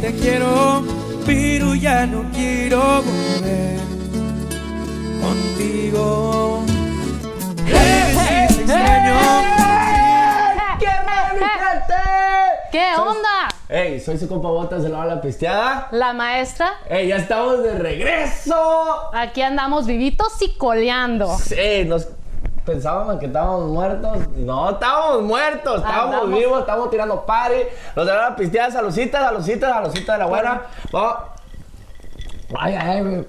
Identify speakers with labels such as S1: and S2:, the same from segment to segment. S1: te quiero, pero ya no quiero volver contigo. Eres mi extraño.
S2: ¡Qué mal, mi gente!
S3: ¿Qué onda?
S2: Hey, soy su compa Botas de la Ola Pisteada.
S3: La maestra,
S2: Hey, ya estamos de regreso.
S3: aquí andamos vivitos y coleando.
S2: Sí, nos pensábamos que estábamos muertos. No, estábamos muertos, estábamos
S3: Andamos.
S2: vivos, estábamos tirando party. Los de la Ola Pisteada, salucitas, salucitas, salucitas de la buena. Vamos. Ay, ay, ay.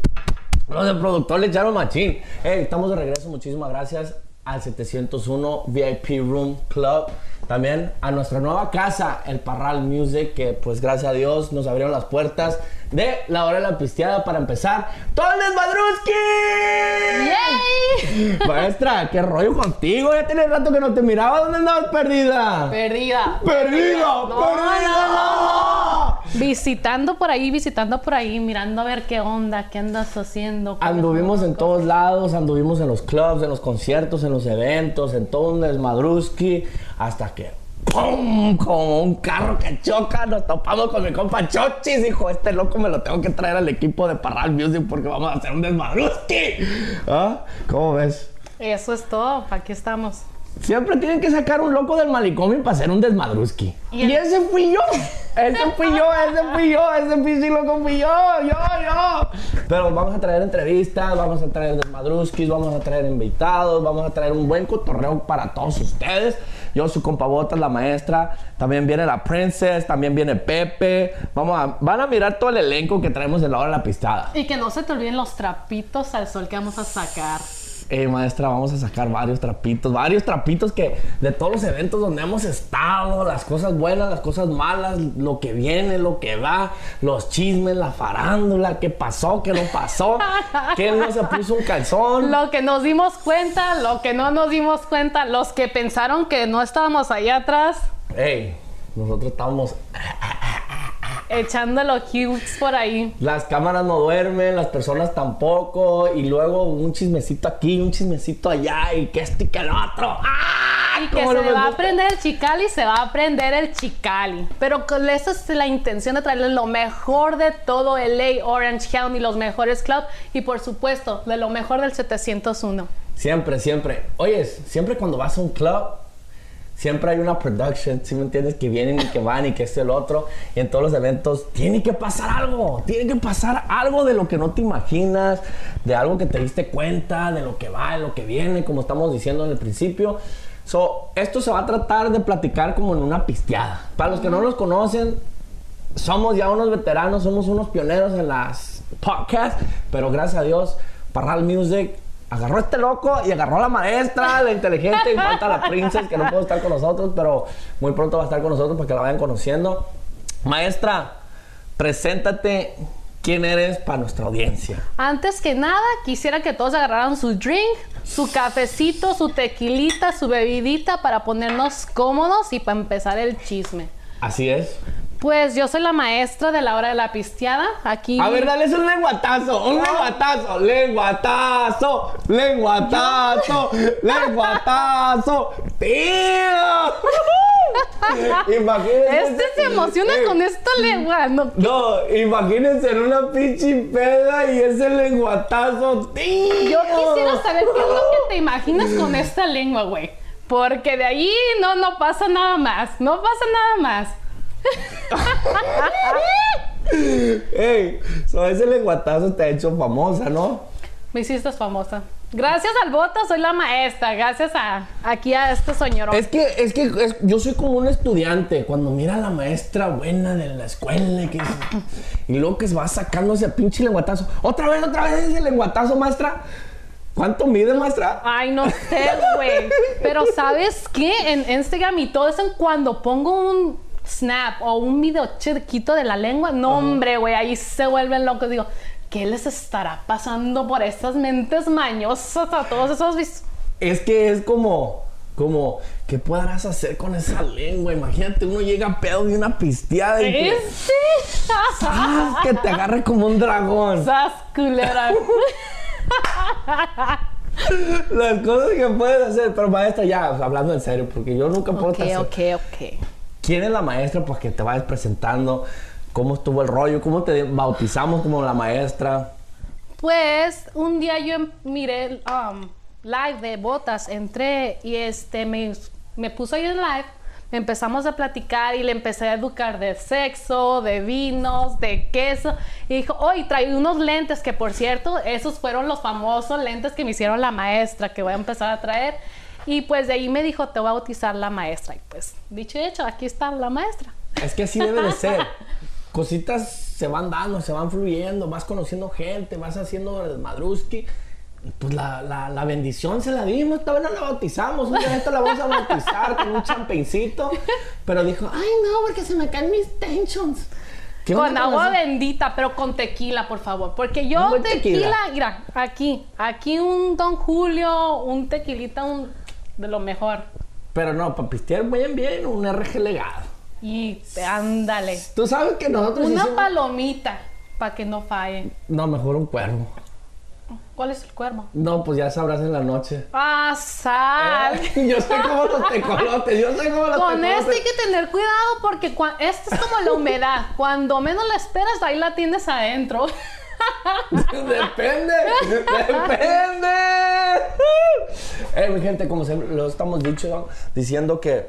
S2: Los del productor le echaron machín. Hey, estamos de regreso. Muchísimas gracias al 701 VIP Room Club. También a nuestra nueva casa, el Parral Music, que pues gracias a Dios nos abrieron las puertas de la hora de la pisteada para empezar. ¡Tolnes Madruski!
S3: ¡Yay!
S2: Maestra, qué rollo contigo. Ya tenés rato que no te miraba. ¿Dónde andabas perdida?
S3: Perdida.
S2: ¡Perdida!
S3: No,
S2: ¡Perdida!
S3: Visitando por ahí, visitando por ahí, mirando a ver qué onda, qué andas haciendo.
S2: Anduvimos en todos lados, anduvimos en los clubs, en los conciertos, en los eventos, en todo un desmadruski, hasta que ¡pum! Como un carro que choca, nos topamos con mi compa Chochis. Dijo, este loco me lo tengo que traer al equipo de Parral Music porque vamos a hacer un desmadruski. ¿Ah? ¿Cómo ves?
S3: Eso es todo, aquí estamos.
S2: Siempre tienen que sacar un loco del manicomio para hacer un desmadruski.
S3: Y
S2: Y
S3: el-
S2: ese fui yo. Ese fui yo, ese fui yo, ese pinche loco fui yo, yo, yo. Pero vamos a traer entrevistas, vamos a traer desmadruskis, vamos a traer invitados, vamos a traer un buen cotorreo para todos ustedes. Yo, su compa Botas, la maestra. También viene la princess, también viene Pepe. Vamos a, van a mirar todo el elenco que traemos en la hora de la pistada.
S3: Y que no se te olviden los trapitos al sol que vamos a sacar.
S2: Eh, maestra, vamos a sacar varios trapitos, varios trapitos que de todos los eventos donde hemos estado, las cosas buenas, las cosas malas, lo que viene, lo que va, los chismes, la farándula, qué pasó, qué no pasó, qué no se puso un calzón.
S3: Lo que nos dimos cuenta, lo que no nos dimos cuenta, los que pensaron que no estábamos allá atrás,
S2: Ey, nosotros estábamos,
S3: echando los cubes por ahí.
S2: las cámaras no duermen, las personas tampoco, y luego un chismecito aquí, un chismecito allá, y que este y que el otro. ¡Ah!
S3: Y que
S2: ¿Cómo no
S3: se
S2: me
S3: va a
S2: gusta?
S3: aprender el chicali, se va a aprender el chicali. Pero con esa es la intención de traerles lo mejor de todo LA, Orange County, los mejores clubs y por supuesto de lo mejor del 701.
S2: Siempre, siempre. Oyes, siempre cuando vas a un club, siempre hay una production, ¿sí me entiendes? Que vienen y que van y que es el otro. Y en todos los eventos tiene que pasar algo. Tiene que pasar algo de lo que no te imaginas, de algo que te diste cuenta, de lo que va, de lo que viene, como estamos diciendo en el principio. So, esto se va a tratar de platicar como en una pisteada. Para los que no los conocen, somos ya unos veteranos, somos unos pioneros en las podcasts, pero gracias a Dios, Parral Music agarró a este loco y agarró a la maestra, la inteligente, y falta la princesa que no pudo estar con nosotros, pero muy pronto va a estar con nosotros para que la vayan conociendo. Maestra, preséntate quién eres para nuestra audiencia.
S3: Antes que nada, quisiera que todos agarraran su drink, su cafecito, su tequilita, su bebidita para ponernos cómodos y para empezar el chisme.
S2: Así es.
S3: Pues yo soy la maestra de la hora de la pisteada. Aquí
S2: A ver, dale un lenguatazo, un lenguatazo, lenguatazo, lenguatazo, lenguatazo, tío. Imagínense.
S3: Este se emociona con esta lengua. No,
S2: No, imagínense en una pinche peda y ese lenguatazo, tío.
S3: Yo quisiera saber qué es lo que te imaginas con esta lengua, güey. Porque de ahí no, no pasa nada más. No pasa nada más.
S2: Ey, so ese lenguatazo te ha hecho famosa, ¿no?
S3: Me hiciste famosa. Gracias al Bota, soy la maestra. Gracias a aquí a este señor.
S2: Es que, es que es- yo soy como un estudiante. Cuando mira a la maestra buena de la escuela y, que dice- y luego que se va sacando ese pinche lenguatazo. Otra vez, otra vez ese lenguatazo, maestra. ¿Cuánto mide, maestra?
S3: Ay, no sé, güey. Pero ¿sabes qué? En Instagram y todo eso, cuando pongo un snap o un video chiquito de la lengua, no, hombre, güey, ahí se vuelven locos. Digo, ¿qué les estará pasando por estas mentes mañosas a todos esos vis-
S2: Es que es como, como, ¿qué podrás hacer con esa lengua? Imagínate, uno llega a pedo de una pisteada y que,
S3: Este.
S2: ¡zas! que te agarre como un dragón.
S3: Sas, culera.
S2: Las cosas que puedes hacer. Pero maestra, ya, hablando en serio, porque yo nunca puedo
S3: ok,
S2: hacer-
S3: ok, ok.
S2: ¿Quién es la maestra? Pues que te vayas presentando. ¿Cómo estuvo el rollo? ¿Cómo te bautizamos como la maestra?
S3: Pues un día yo em- miré el um, live de botas, entré y este me, me puso ahí en live. Empezamos a platicar y le empecé a educar de sexo, de vinos, de queso. Y dijo, hoy trae unos lentes que por cierto, esos fueron los famosos lentes que me hicieron la maestra que voy a empezar a traer. Y pues de ahí me dijo, te voy a bautizar la maestra. Y pues, dicho y hecho, aquí está la maestra.
S2: Es que así debe de ser. Cositas se van dando, se van fluyendo, vas conociendo gente, vas haciendo el madruski. Pues la, la- la bendición se la dimos, esta vez no la bautizamos, un día esto la vamos a bautizar con un champencito. Pero dijo, ay no, porque se me caen mis tensions. ¿Qué
S3: Con
S2: onda con
S3: agua
S2: eso?
S3: bendita, pero con tequila, por favor. Porque
S2: Un
S3: yo
S2: buen
S3: tequila,
S2: tequila.
S3: mira, aquí, aquí un Don Julio, un tequilita, un de lo mejor.
S2: Pero no, para pistear bien bien, un RG legado.
S3: Y te- ándale.
S2: Tú sabes que nosotros
S3: Una
S2: hicimos-
S3: palomita para que no falle.
S2: No, mejor un cuervo.
S3: ¿Cuál es el cuervo?
S2: No, pues ya sabrás en la noche.
S3: Ah, sal.
S2: Yo sé cómo los tecolotes, yo sé cómo los
S3: Con
S2: tecolotes.
S3: este hay que tener cuidado porque cua- esta es como la humedad. Cuando menos la esperas, ahí la tienes adentro.
S2: Depende, depende. Eh, mi gente, como se- lo estamos dicho, diciendo que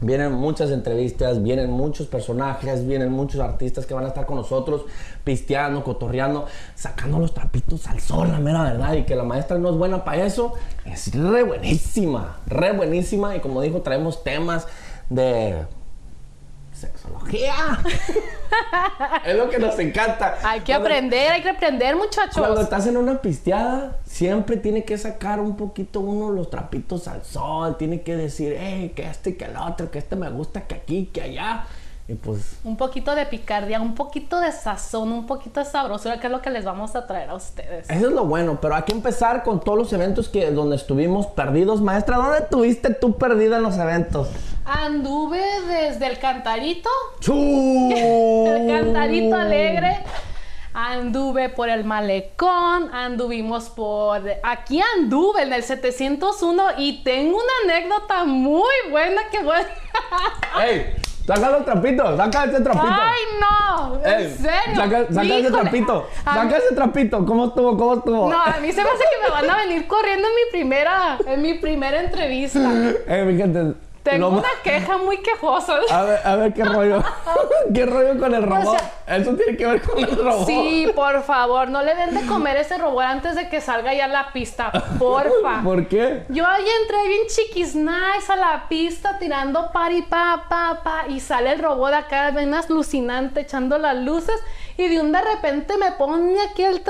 S2: vienen muchas entrevistas, vienen muchos personajes, vienen muchos artistas que van a estar con nosotros pisteando, cotorreando, sacando los trapitos al sol, la mera verdad. Y que la maestra no es buena para eso, es re buenísima, re buenísima. Y como dijo, traemos temas de sexología. es lo que nos encanta.
S3: Hay que
S2: Cuando-
S3: aprender, hay que aprender,
S2: cuando
S3: muchachos.
S2: estás en una pisteada, siempre tiene que sacar un poquito uno los trapitos al sol. Tiene que decir, hey, que este, que el otro, que este me gusta, que aquí, que allá. Y pues,
S3: un poquito de picardía, un poquito de sazón, un poquito de sabrosura, que es lo que les vamos a traer a ustedes.
S2: eso es lo bueno. Pero hay que empezar con todos los eventos que donde estuvimos perdidos. Maestra, ¿dónde estuviste tú perdida en los eventos?
S3: Anduve desde el cantarito,
S2: ¡Chu! Oh.
S3: el cantarito alegre. Anduve por el malecón, anduvimos por... Aquí anduve en el 701 y tengo una anécdota muy buena que voy...
S2: ¡Ey! Saca los trapitos, saca ese trapito.
S3: ¡Ay, no! ¡En
S2: Ey,
S3: serio!
S2: Eh, Saca, saca ese
S3: Híjole.
S2: trapito,
S3: A mí-
S2: saca ese trapito. ¿Cómo estuvo? ¿Cómo estuvo?
S3: No, a mí se me hace que me van a venir corriendo en mi primera, en mi primera entrevista.
S2: Eh, mi gente,
S3: Tengo
S2: lo ma- Ah,
S3: una queja muy quejosa.
S2: A ver, a ver qué rollo. ¿Qué rollo con el robot?
S3: O sea-
S2: Eso tiene que ver con el robot.
S3: Sí, por favor, no le den de comer ese robot antes de que salga ya a la pista, porfa.
S2: ¿Por qué?
S3: Yo ahí entré bien chiquis nice a la pista tirando pari pa pa pa y sale el robot de acá ven alucinante echando las luces y de un de repente me pone aquí el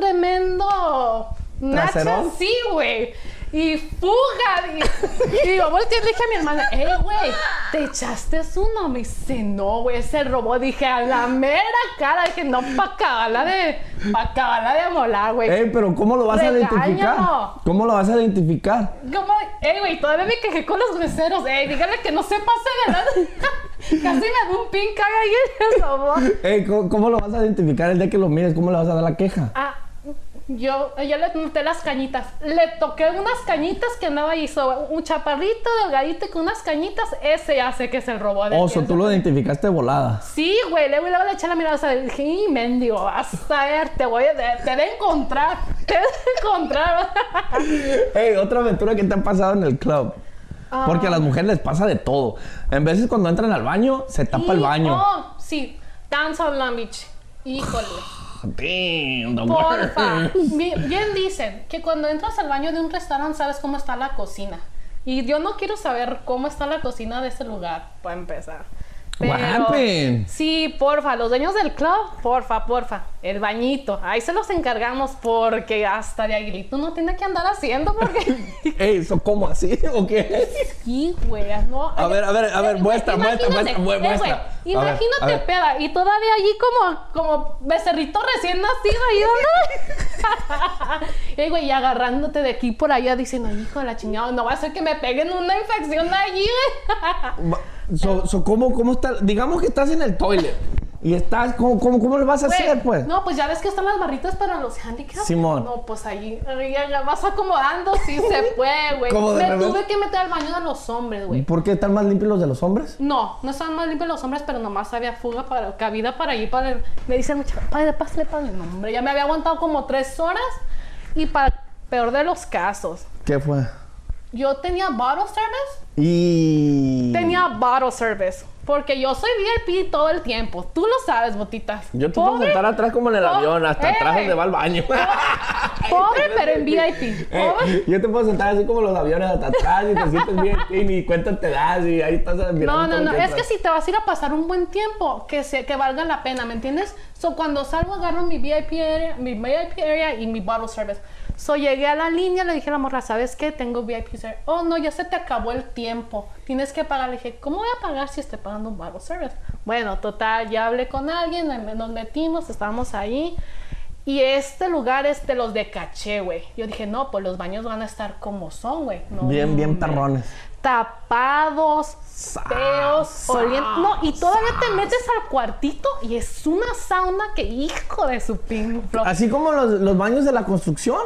S3: tremendo nacha
S2: ¿Traserón?
S3: sí, güey. Y fuga. Y, y yo volteé y le dije a mi hermana, eh, güey, ¿te echaste uno? Me dice, no, güey, ese robot. Dije, a la mera cara. Dije, no, pa' acabarla de, pa' acabarla de molar, güey.
S2: Ey, pero ¿cómo lo vas
S3: Regáñalo.
S2: a identificar? ¿Cómo lo vas a identificar?
S3: ¿Cómo? Ey, güey, todavía me quejé con los meseros. Ey, díganle que no se pase, ¿verdad? Casi me da un pin caga ahí en el robot.
S2: Ey, ¿cómo, cómo lo vas a identificar el día que lo mires? ¿Cómo le vas a dar la queja?
S3: Ah, yo, yo le noté las cañitas. Le toqué unas cañitas que andaba ahí. so- un chaparrito delgadito y con unas cañitas. Ese ya sé Pues que es el robot. de
S2: Oso,
S3: piel.
S2: tú lo identificaste de volada.
S3: Sí, güey, luego, luego le eché la mirada, o sea, dije, "Y, mendigo, vas a ver, te voy a, te, te voy a encontrar, te voy a encontrar.
S2: Ey, otra aventura que te ha pasado en el club.
S3: Ah.
S2: Porque a las mujeres les pasa de todo. En veces cuando entran al baño, se tapa el
S3: Y-
S2: baño.
S3: Oh, sí, Dance on Long Beach, híjole.
S2: Damn, the
S3: Oh. Porfa.
S2: worst.
S3: Bien, bien dicen que cuando entras al baño de un restaurante sabes cómo está la cocina. Y yo no quiero saber cómo está la cocina de ese lugar, para empezar.
S2: What happened?
S3: Sí, porfa, los dueños del club, porfa, porfa, el bañito, ahí se los encargamos porque hasta de aguilito no tiene que andar haciendo porque...
S2: Ey, ¿eso cómo así? ¿O qué?
S3: Sí, güey, no.
S2: A ver, a ver, a ver,
S3: Güey,
S2: muestra, muestra,
S3: imagínate,
S2: muestra, mu-
S3: eh, güey,
S2: muestra. A ver,
S3: Imagínate,
S2: a ver.
S3: peda, y todavía allí como, como becerrito recién nacido ahí dando. y güey, y agarrándote de aquí por allá diciendo, hijo de la chingada, no va a ser que me peguen una infección allí, güey.
S2: Va- So, so, ¿cómo, ¿Cómo está? Digamos que estás en el toilet. Y estás, ¿cómo, cómo, cómo lo vas a
S3: Güey,
S2: hacer, pues?
S3: No, pues ya ves que están las barritas para los handicaps.
S2: Simón.
S3: No, pues ahí ahí ya la vas acomodando, sí se fue, güey.
S2: ¿Cómo de
S3: Me
S2: revés?
S3: tuve que meter al baño de los hombres, güey.
S2: ¿Por qué están más limpios los de los hombres?
S3: No, no estaban más limpios los hombres, pero nomás había fuga para cabida para ir para el. Me dice el muchacho, padre, pásale, padre. No, hombre, ya me había aguantado como tres horas y para peor de los casos.
S2: ¿Qué fue?
S3: Yo tenía bottle service.
S2: Y...
S3: Tenía bottle service. Porque yo soy VIP todo el tiempo. Tú lo sabes, botitas.
S2: Yo te puedo
S3: Pobre-
S2: sentar atrás como en el
S3: po-
S2: avión, hasta atrás
S3: ¡Ey!
S2: donde va el baño.
S3: Pobre, pero en VIP.
S2: Eh,
S3: Pobre.
S2: yo te puedo sentar así como los aviones hasta atrás y te sientes bien y ni cuenta te das y ahí estás mirando
S3: No,
S2: todo
S3: no,
S2: el
S3: no. Es
S2: tiempo.
S3: que si te vas a ir a pasar un buen tiempo, que se, que valga la pena, ¿me entiendes? So, cuando salgo agarro mi VIP area, mi VIP area y mi bottle service. So, llegué a la línea, le dije a la morra, ¿sabes qué? Tengo VIP service. Oh, no, ya se te acabó el tiempo. Tienes que pagar. Le dije, ¿cómo voy a pagar si estoy pagando un bottle service? Bueno, total, ya hablé con alguien, nos metimos, estábamos ahí. Y este lugar es de los de caché, güey. Yo dije, no, pues los baños van a estar como son, güey. No,
S2: Bien, bien
S3: hombre
S2: perrones.
S3: tapados, feos,
S2: sa-
S3: oliendo. No, y todavía te metes al cuartito y es una sauna que hijo de su pinflo.
S2: Así como los, los baños de la construcción.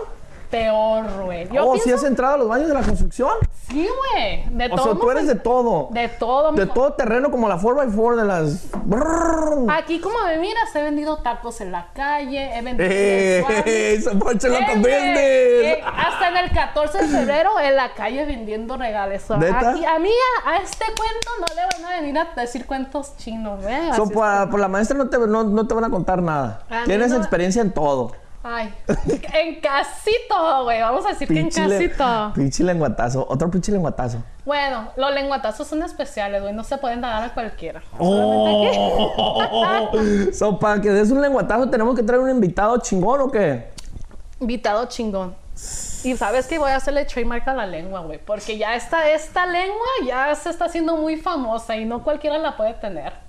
S3: Peor, güey. Yo
S2: oh, si
S3: pienso,
S2: has entrado a los baños de la construcción.
S3: sí, güey. De
S2: O
S3: todo.
S2: sea, tú eres de todo.
S3: de todo.
S2: De
S3: mijo.
S2: todo terreno como la 4x4 de las... Brrr.
S3: Aquí como me miras, he vendido tacos en la calle, he vendido...
S2: ¡Eh!
S3: suaves.
S2: ¡Esa ponche la
S3: Eh, güey, eh,
S2: conviertes!
S3: hasta en el 14 de febrero en la calle vendiendo regalos. O sea,
S2: ¿Neta?
S3: aquí- a mí, a, a este cuento no le van a venir a decir cuentos chinos, güey.
S2: So,
S3: Así
S2: por, por la maestra no te, no, no te van a contar nada.
S3: A mí
S2: Tienes
S3: no.
S2: experiencia en todo.
S3: Ay, en casito, güey. Vamos a decir que en
S2: le-
S3: casito.
S2: pinche lenguatazo. Otro pinche lenguatazo.
S3: Bueno, los lenguatazos son especiales, güey. No se pueden dar a cualquiera.
S2: ¡Oh! so, para que des un lenguatazo, ¿tenemos que traer un invitado chingón o qué?
S3: Invitado chingón. Y sabes que voy a hacerle trademark a la lengua, güey. Porque ya esta, esta lengua ya se está haciendo muy famosa y no cualquiera la puede tener.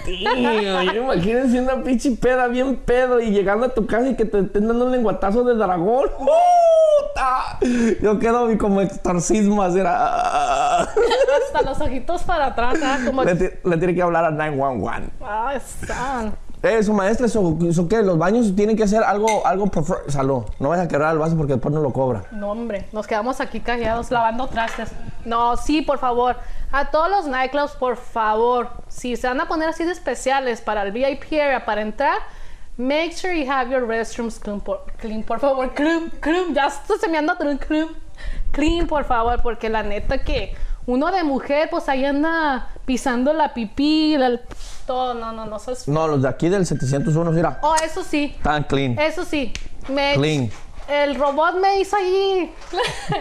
S2: imagínense una pinche peda bien pedo y llegando a tu casa y que te estén dando un lenguatazo de dragón. ¡Puta! Yo quedo como extorcismo así. era-
S3: Hasta los ojitos para atrás, ¿ah? Como...
S2: Le, ti- le tiene que hablar a 911.
S3: Ah, están.
S2: Eh, su maestra, ¿eso, eso qué? Los baños tienen que hacer algo, algo prefer- Salud, no vayas a quebrar el vaso porque después no lo cobran.
S3: No, hombre, nos quedamos aquí callados lavando trastes. No, sí, por favor. A todos los nightclubs, por favor, si se van a poner así de especiales para el VIP area, para entrar, make sure you have your restrooms clean, por, clean, por favor. Clean, clean, ya esto se me anda clean, clean. Clean, por favor, porque la neta que uno de mujer, pues ahí anda pisando la pipí, la- todo, no, no, no, eso es...
S2: No, los de aquí del 701, mira,
S3: Oh, eso sí,
S2: tan clean.
S3: eso sí, me
S2: Clean.
S3: el robot me hizo ahí,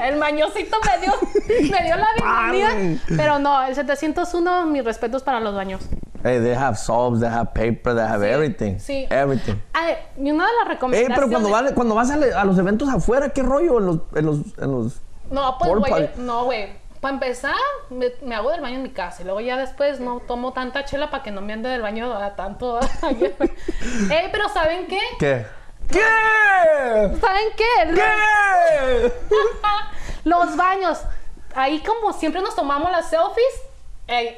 S3: el mañosito me dio, me dio la
S2: Ah,
S3: bienvenida, pero no, el 701, mis respetos para los baños.
S2: Hey, Eh, they have soaps, they have paper, they have everything.
S3: sí. Pues
S2: Everything.
S3: Ay, y una de las
S2: Eh,
S3: recomendaciones.
S2: pero cuando, van- cuando vas a, le- a los eventos afuera, ¿qué rollo? En los, en los, en los-
S3: No, pues,
S2: Por
S3: güey,
S2: pal-
S3: no, güey. Para empezar, me, me hago del baño en mi casa y luego ya después no tomo tanta chela para que no me ande del baño a tanto. Ey, pero ¿saben qué?
S2: ¿Qué? ¿Qué?
S3: ¿Saben qué?
S2: ¿Qué?
S3: Los baños. Ahí como siempre nos tomamos las selfies. ey,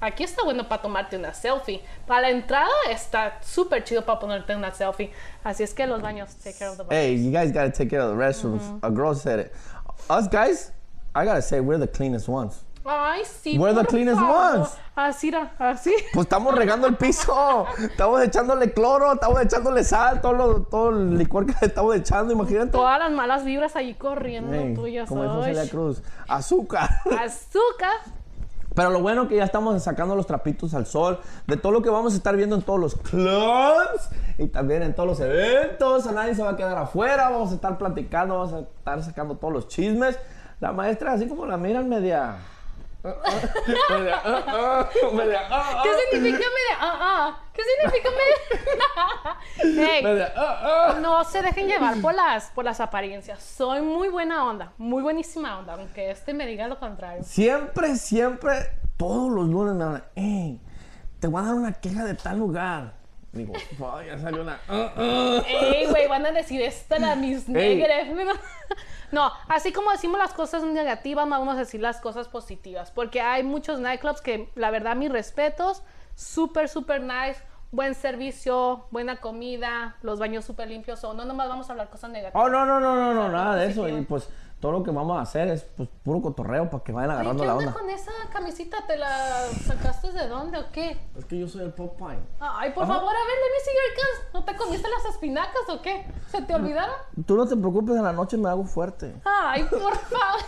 S3: aquí está bueno para tomarte una selfie. Para la entrada está súper chido para ponerte una selfie. Así es que los baños, take care of the baños.
S2: Hey, you guys gotta take care of the restrooms. A girl said it. Us guys, I gotta say, we're the cleanest ones.
S3: Ay, sí.
S2: We're Eh, the
S3: por
S2: cleanest
S3: favor.
S2: ones.
S3: Así, era, así.
S2: Pues estamos regando el piso, estamos echándole cloro, estamos echándole sal, todo, lo- todo el licor que le estamos echando, imagínate.
S3: Todas las malas vibras ahí corriendo
S2: Ey,
S3: tuyas.
S2: como dijo
S3: ay.
S2: Celia Cruz, azúcar.
S3: Azúcar.
S2: Pero lo bueno que ya estamos sacando los trapitos al sol de todo lo que vamos a estar viendo en todos los clubs y también en todos los eventos. A nadie se va a quedar afuera, vamos a estar platicando, vamos a estar sacando todos los chismes. La maestra, así como la miran, media. media, ah, ah, media, ah,
S3: ¿Qué
S2: ah,
S3: significa media? Ah, ah. ¿Qué significa media? Ey,
S2: media, ah, ah.
S3: No se dejen llevar por las, por las apariencias. Soy muy buena onda, muy buenísima onda, aunque este me diga lo contrario.
S2: Siempre, siempre, todos los lunes me hablan, "Ey, te voy a dar una queja de tal lugar. Digo, "Fuck, ya salió una. ah, ah".
S3: Ey, güey, van a decir esta la mis
S2: Ey.
S3: negras. No, así como decimos las cosas negativas, vamos a decir las cosas positivas. Porque hay muchos nightclubs que, la verdad, mis respetos, súper, súper nice. buen servicio, buena comida, los baños súper limpios, o no nomás vamos a hablar cosas negativas.
S2: Oh, no, no, no, no, no, nada de eso.
S3: positivo.
S2: Y pues todo lo que vamos a hacer es pues, puro cotorreo para que vayan
S3: Oye,
S2: agarrando
S3: ¿Qué
S2: la
S3: onda
S2: onda.
S3: con esa camisita? ¿Te la sacaste de dónde o qué?
S2: Es que yo soy el Popeye.
S3: Ay, por
S2: Ajá.
S3: favor, a ver, Lenny Seagulls, ¿no te comiste las espinacas o qué? ¿Se te olvidaron?
S2: Tú no te preocupes, en la noche me hago fuerte.
S3: Ay, por favor.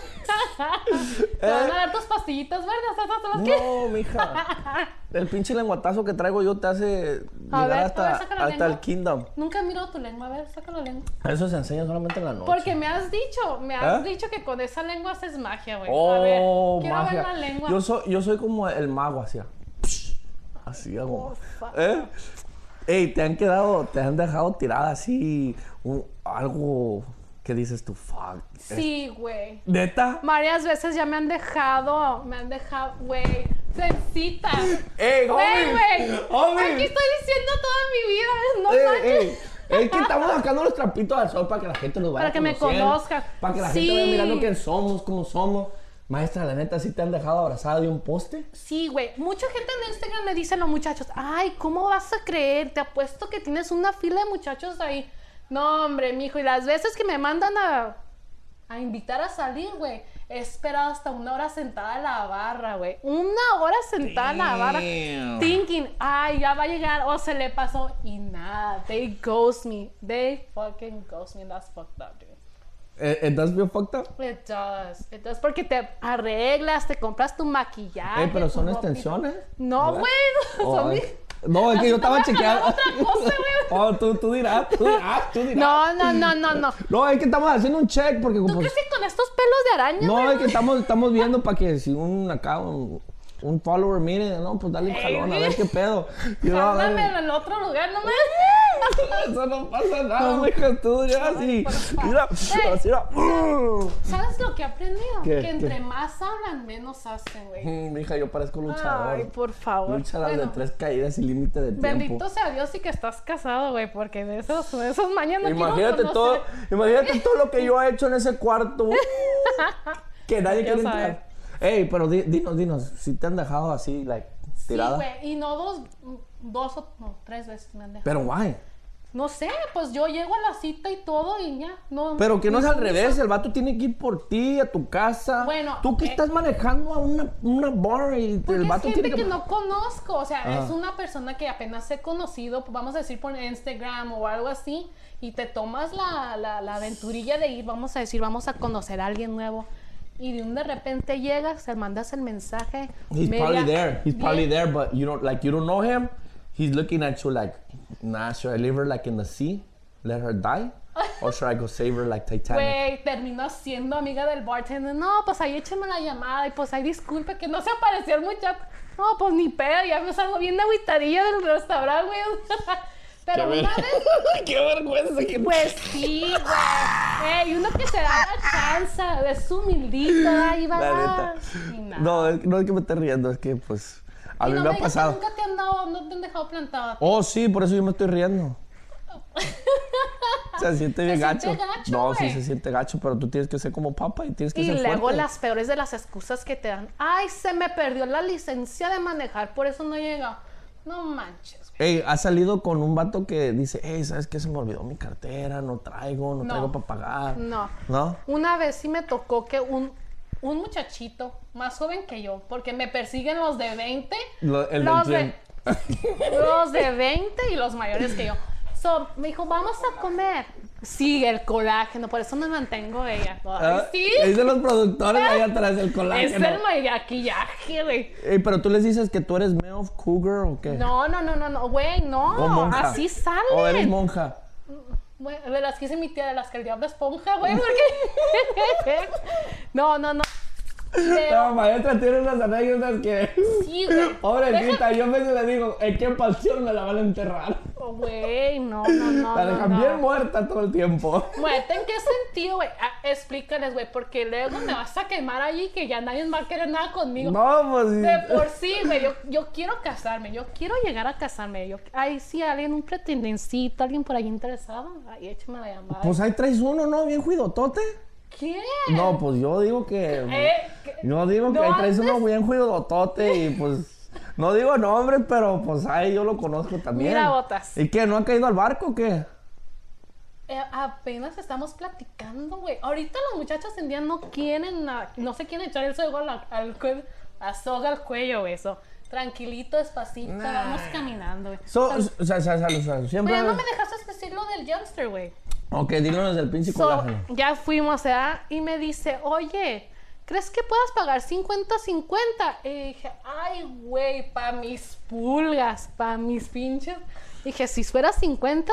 S3: Te van a dar tus pastillitas verdes, esas son las que...
S2: ¿Eh? No, mija. El pinche lenguatazo que traigo yo te hace
S3: A
S2: llegar
S3: ver, a
S2: hasta,
S3: ver, saca la
S2: hasta el
S3: lengua.
S2: kingdom.
S3: Nunca miro tu lengua, a ver, saca la lengua.
S2: Eso se enseña solamente en la noche.
S3: Porque me has dicho, me has
S2: ¿Ah?
S3: dicho que con esa lengua haces magia, güey. a ver,
S2: Oh,
S3: quiero
S2: magia.
S3: ver la lengua.
S2: Yo soy, yo soy como el mago, así. Así hago.
S3: Porfa.
S2: ¿Eh? Ey, te han quedado, te han dejado tirada así un- algo que dices tú, fuck.
S3: Sí, güey.
S2: ¿Neta?
S3: Varias veces ya me han dejado, me han dejado, güey, sencita.
S2: ¡Ey,
S3: Güey,
S2: homie!
S3: güey.
S2: ¡Homie!
S3: Aquí estoy diciendo toda mi vida, no
S2: Ey,
S3: manches.
S2: ey, Es que estamos sacando los trapitos al sol para que la gente nos vaya
S3: Para que me
S2: conociendo,
S3: conozca.
S2: Para que la
S3: Sí.
S2: gente vaya mirando quién somos, cómo somos. Maestra, la neta, ¿sí te han dejado abrazada de un poste?
S3: Sí, güey. Mucha gente en Instagram me dicen los muchachos, ay, ¿cómo vas a creer? Te apuesto que tienes una fila de muchachos ahí. No, hombre, mijo. Y las veces que me mandan a, a invitar a salir, güey, he esperado hasta una hora sentada en la barra, güey. Una hora sentada en la barra.
S2: Damn.
S3: Thinking, ay, ya va a llegar. O se le pasó. Y nada, they ghost me. They fucking ghost me. And that's fucked up, dude.
S2: Eh, ¿Estás bien fucked up?
S3: It does. It does. Porque te arreglas, te compras tu maquillaje.
S2: Ey, pero
S3: tu
S2: son
S3: ropita.
S2: extensiones.
S3: No,
S2: ¿verdad?
S3: güey.
S2: Oh,
S3: son
S2: ay.
S3: mis-
S2: No, es que yo
S3: Estaba
S2: estaba chequeando.
S3: jalando otra cosa, güey.
S2: Oh, tú, tú dirás, tú dirás, tú dirás.
S3: No, no, no, no, no.
S2: No, es que estamos haciendo un check porque.
S3: ¿Tú
S2: pues,
S3: crees que con estos pelos de araña,
S2: no,
S3: güey?
S2: es que estamos, estamos viendo para que si un acá, un, un follower, mire, no, pues dale un
S3: Ey,
S2: jalón, a
S3: güey.
S2: ver qué pedo. Y no, a ver-
S3: Jálamelo en otro lugar, no me...
S2: Eso no pasa nada, mija, tú ya así. Mira,
S3: Ey.
S2: así mira. uh.
S3: ¿Sabes lo que he aprendido?
S2: ¿Qué?
S3: Que entre más hablan, menos hacen, güey.
S2: Mm, Mija, yo parezco luchador.
S3: Ay, por favor.
S2: Luchador
S3: Bueno,
S2: de tres caídas y límite de tiempo.
S3: Bendito sea Dios y que estás casado, güey, porque de esos, de esos mañanas
S2: Imagínate todo, imagínate todo lo que yo he hecho en ese cuarto. que nadie
S3: Ya
S2: quiere
S3: sabes.
S2: entrar. Ey, pero di- dinos, dinos, si te han dejado así, like, tirada.
S3: Sí, güey, y no dos, dos o no, tres veces me han dejado.
S2: pero guay.
S3: No sé, pues yo llego a la cita y todo y ya. No,
S2: Pero que no es al
S3: ni-
S2: revés, el vato tiene que ir por ti, a tu casa.
S3: Bueno,
S2: Tú que
S3: eh.
S2: estás manejando a una, una bar y
S3: Porque
S2: el
S3: es
S2: vato
S3: gente
S2: tiene
S3: que...
S2: que.
S3: no conozco, o sea,
S2: Ah.
S3: es una persona que apenas he conocido, pues, vamos a decir por Instagram o algo así, y te tomas la, la, la aventurilla de ir, vamos a decir, vamos a conocer a alguien nuevo, y de un de repente llegas, le mandas el mensaje.
S2: He's
S3: media-
S2: probably there. He's probably
S3: bien-
S2: there, but you don't like you don't know him. He's looking at you like, nah, should I leave her like in the sea, let her die, or should I go save her like Titanic?
S3: Güey, terminó siendo amiga del bartender. No, pues ahí écheme la llamada y pues ahí disculpe que no se apareció el muchacho. No, pues ni pedo, ya me salgo bien agüitadilla del restaurante, güey. Pero
S2: ver-
S3: una vez,
S2: Qué vergüenza que
S3: pues sí, güey. Ey, uno que se da la chance, es humildito, ahí va.
S2: La neta.
S3: Y nada.
S2: No, es, no es que me esté riendo, es que pues a
S3: Y
S2: mí
S3: no
S2: me ha
S3: digas que
S2: pasado.
S3: Nunca te han dado, no te han dejado plantado.
S2: Oh, sí, por eso yo me estoy riendo. Se siente bien gacho.
S3: Ah, siente gacho,
S2: no,
S3: güey.
S2: sí se siente gacho, pero tú tienes que ser como papa y tienes que
S3: Y
S2: ser
S3: luego
S2: fuerte.
S3: las peores de las excusas que te dan. Ay, se me perdió la licencia de manejar, por eso no llega. No manches,
S2: Ey, ha salido con un vato que dice, hey, ¿sabes qué? Se me olvidó mi cartera, no traigo, no,
S3: No.
S2: traigo para pagar.
S3: No.
S2: ¿No?
S3: Una vez sí me tocó que un, un muchachito más joven que yo, porque me persiguen los de 20,
S2: Lo- el
S3: los,
S2: del
S3: de, los de 20 y los mayores que yo. So, me dijo, vamos a comer. Sí, el colágeno, por eso me mantengo ella. Ay,
S2: Ah,
S3: sí.
S2: Es de los productores ahí atrás del
S3: Es
S2: colágeno.
S3: el maquillaje, güey.
S2: Ey, pero tú les dices que tú eres MILF, cougar o qué?
S3: No, no, no, no, no, güey,
S2: O
S3: no.
S2: monja.
S3: Así
S2: O eres
S3: salen.
S2: monja.
S3: Güey, de las que hice mi tía, de las que el diablo esponja, güey, porque. no, no, no. Pero-
S2: La maestra tiene unas anécdotas que.
S3: Sí, güey.
S2: Pobrecita, yo a veces le digo, ¿en qué pasión me la van a enterrar?
S3: Oh, Güey, no, no, no.
S2: La
S3: no,
S2: dejan
S3: no.
S2: bien muerta todo el tiempo.
S3: Muerte, ¿en qué sentido, güey? Ah, explícales, güey, porque luego me vas a quemar allí que ya nadie va a querer nada conmigo.
S2: No, pues.
S3: De por sí, güey, yo, yo quiero casarme, yo quiero llegar a casarme. Yo, ay, sí, alguien, un pretendencito, alguien por ahí interesado, ay, échame la llamada.
S2: Pues ahí traes uno, ¿no? Bien cuidotote.
S3: ¿Qué?
S2: No, pues yo digo que.
S3: Eh, ¿qué?
S2: Yo digo que
S3: No
S2: ahí traes uno
S3: andes-
S2: bien cuidotote y pues. No digo nombre, pero pues ahí yo lo conozco también.
S3: Mira, Botas.
S2: ¿Y qué? ¿No han caído al barco o qué?
S3: Eh, apenas estamos platicando, güey. Ahorita los muchachos en día no quieren, na- no se quieren echar el soga al, al cue- la soga al cuello, güey. Eso. Tranquilito, despacito,
S2: Nah.
S3: vamos caminando, güey.
S2: So,
S3: Tan-
S2: o sea, o sea, o sea, o sea, siempre.
S3: Pues, Oye, no me dejaste decir lo del youngster, güey.
S2: Ok, díganos del pinche
S3: So,
S2: colágeno.
S3: ya fuimos, ¿verdad? Y me dice, oye, ¿crees que puedas pagar 50-50? Y dije, ay, güey, pa' mis pulgas, pa' mis pinches. Dije, si fuera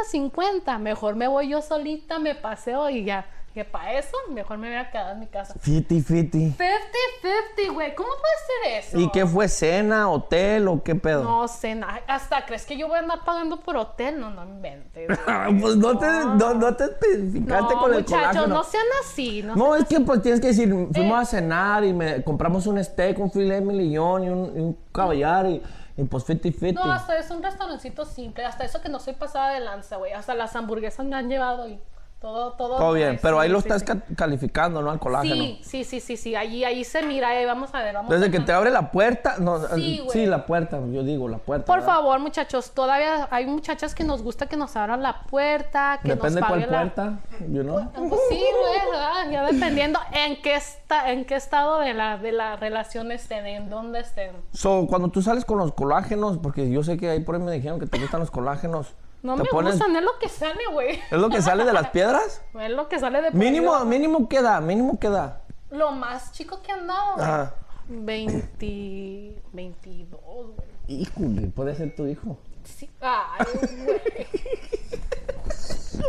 S3: 50-50, mejor me voy yo solita, me paseo y ya. Que para eso, mejor me voy a quedar en mi casa.
S2: Fiti, fiti.
S3: 50-50, güey, ¿cómo puede ser eso?
S2: ¿Y qué fue? ¿Cena, hotel o qué pedo?
S3: No sé, na- hasta crees que yo voy a andar pagando por hotel, no, no inventes.
S2: Ah, pues no te, no, no te
S3: No,
S2: especificaste con el
S3: muchachos,
S2: colágeno.
S3: no sean así, no
S2: No, es que pues tienes que decir, fuimos
S3: Eh.
S2: a cenar y me compramos un steak, un filet millón y un, y un caballar y, y, pues fiti fiti.
S3: No, hasta es un restaurancito simple, hasta eso que no soy pasada de lanza, güey. Hasta las hamburguesas me han llevado y todo, todo.
S2: Todo bien,
S3: nice,
S2: pero ahí
S3: sí,
S2: lo
S3: sí,
S2: estás
S3: sí.
S2: ca- calificando, ¿no? Al colágeno.
S3: Sí, sí, sí, sí, sí, allí, ahí se mira, ahí vamos a ver, vamos a
S2: Desde
S3: ver.
S2: que te abre la puerta, no,
S3: Sí,
S2: eh,
S3: güey.
S2: sí, la puerta, yo digo, la puerta.
S3: Por
S2: ¿verdad?
S3: favor, muchachos, todavía hay muchachas que nos gusta que nos abran la puerta, que
S2: Depende
S3: nos
S2: cuál
S3: paguen la...
S2: puerta, you know.
S3: Ah, Pues sí, güey, ¿verdad? ya dependiendo en qué está, en qué estado de la, de la relación estén, en dónde estén.
S2: So, cuando tú sales con los colágenos, porque yo sé que ahí por ahí me dijeron que te gustan los colágenos.
S3: No
S2: te
S3: me
S2: pones-
S3: gustan, es lo que sale, güey.
S2: ¿Es lo que sale de las piedras?
S3: Es lo que sale de por
S2: Mínimo,
S3: ahí.
S2: mínimo queda, mínimo queda.
S3: Lo más chico que andaba, güey.
S2: Ajá.
S3: 20, 22, güey.
S2: Híjole, puede ser tu hijo.
S3: Sí. Ay, güey.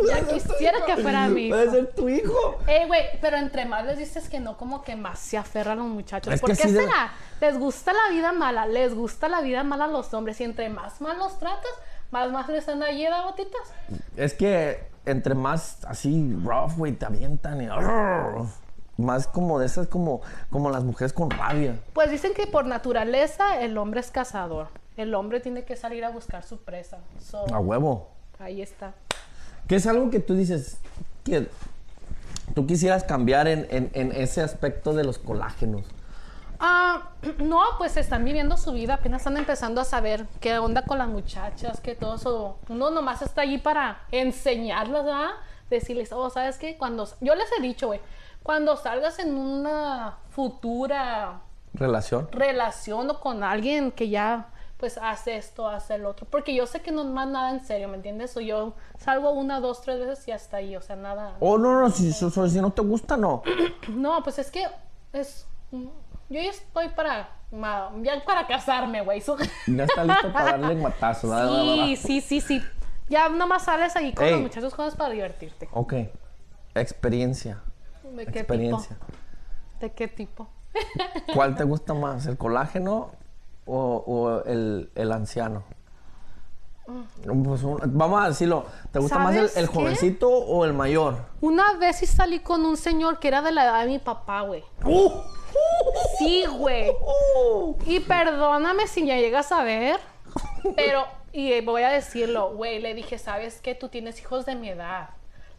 S3: Ya quisiera que fuera mi hijo.
S2: Puede ser tu hijo.
S3: Eh, güey, pero entre más les dices que no, como que más se aferran los muchachos.
S2: Es
S3: ¿Por
S2: que
S3: qué
S2: sí de-
S3: será? Les gusta la vida mala, les gusta la vida mala a los hombres. Y entre más mal los tratas, más más les anda lleva botitas.
S2: Es que entre más así rough, güey, te avientan y... arr, más como de esas, como, como las mujeres con rabia.
S3: Pues dicen que por naturaleza el hombre es cazador. El hombre tiene que salir a buscar su presa. So,
S2: A huevo.
S3: ahí está.
S2: Que es algo que tú dices que tú quisieras cambiar en, en- en ese aspecto de los colágenos.
S3: Ah, no, pues están viviendo su vida, apenas están empezando a saber qué onda con las muchachas, que todo eso. Uno nomás está allí para enseñarlas, ¿verdad? Decirles, oh, ¿sabes qué? Cuando. s- Yo les he dicho, güey, cuando salgas en una futura
S2: Relación.
S3: relación o con alguien que ya, pues, hace esto, hace el otro. Porque yo sé que no es más nada en serio, ¿me entiendes? O yo salgo una, dos, tres veces y hasta ahí, o sea, nada.
S2: Oh, no, no, si, so- so- si no te gusta, no.
S3: No, pues es que es. Yo ya estoy para. ma- Ya para casarme, güey. So-
S2: Ya está listo para darle guatazo. da, da, da, da.
S3: Sí, sí, sí, sí. Ya nomás sales ahí con
S2: Ey.
S3: los muchachos cosas para divertirte.
S2: Ok. Experiencia.
S3: ¿De qué tipo?
S2: Experiencia.
S3: ¿De qué tipo?
S2: ¿Cuál te gusta más? ¿El colágeno o, o el, el anciano? Pues un- vamos a decirlo. ¿Te gusta más el,
S3: ¿Sabes
S2: el
S3: qué?
S2: jovencito o el mayor?
S3: Una vez sí salí con un señor que era de la edad de mi papá, güey.
S2: Uh,
S3: Sí, güey. Y perdóname si me llegas a ver, pero, y voy a decirlo, güey, le dije, ¿sabes qué? Tú tienes hijos de mi edad.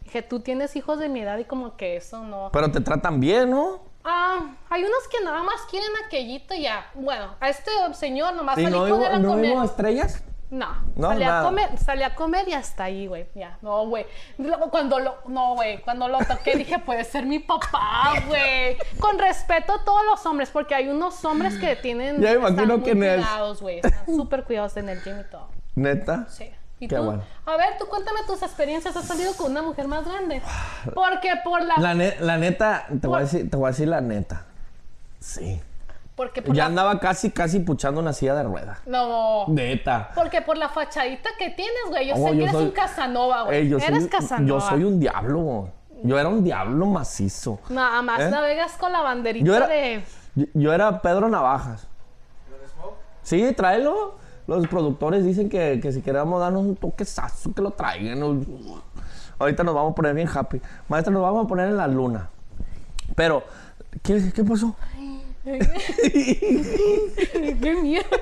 S3: Dije, tú tienes hijos de mi edad y como que eso no.
S2: Pero te tratan bien, ¿no?
S3: Ah, hay unos que nada más quieren aquellito y ya. Bueno, a este señor nomás
S2: ¿Y
S3: salí
S2: no
S3: con
S2: digo-
S3: él a
S2: no
S3: comer.
S2: digo estrellas?
S3: No,
S2: No,
S3: salí,
S2: nada.
S3: a comer, salí a comer y hasta ahí, güey. Ya, no, güey. Luego Cuando lo, no, güey, cuando lo toqué dije, puede ser mi papá, güey. Con respeto a todos los hombres, porque hay unos hombres que tienen.
S2: Ya me imagino
S3: están muy
S2: quién es.
S3: cuidados, güey. Están súper cuidados en el gym y todo.
S2: ¿Neta?
S3: Sí. ¿Y
S2: Qué
S3: tú?
S2: bueno.
S3: A ver, tú cuéntame tus experiencias. ¿Has salido con una mujer más grande? Porque por la.
S2: La, ne- la neta, te voy, a decir, te voy a decir la neta. Sí.
S3: Porque por
S2: Ya
S3: la.
S2: andaba casi, casi puchando una silla de rueda.
S3: No.
S2: Neta.
S3: Porque por la fachadita que tienes, güey. Yo
S2: Oh,
S3: sé
S2: yo
S3: que eres
S2: soy-
S3: un Casanova, güey.
S2: Ey, yo soy
S3: eres
S2: un-
S3: Casanova.
S2: Yo soy un diablo. Yo era un diablo macizo.
S3: Nada más
S2: ¿Eh?
S3: navegas con la banderita
S2: Yo era-
S3: de.
S2: Yo, yo era Pedro Navajas. Sí, tráelo. Los productores dicen que, que si queremos darnos un toquezazo, que lo traigan. Ahorita nos vamos a poner bien happy. Maestra, nos vamos a poner en la luna. Pero, ¿qué, qué pasó?
S3: ¡Qué mierda!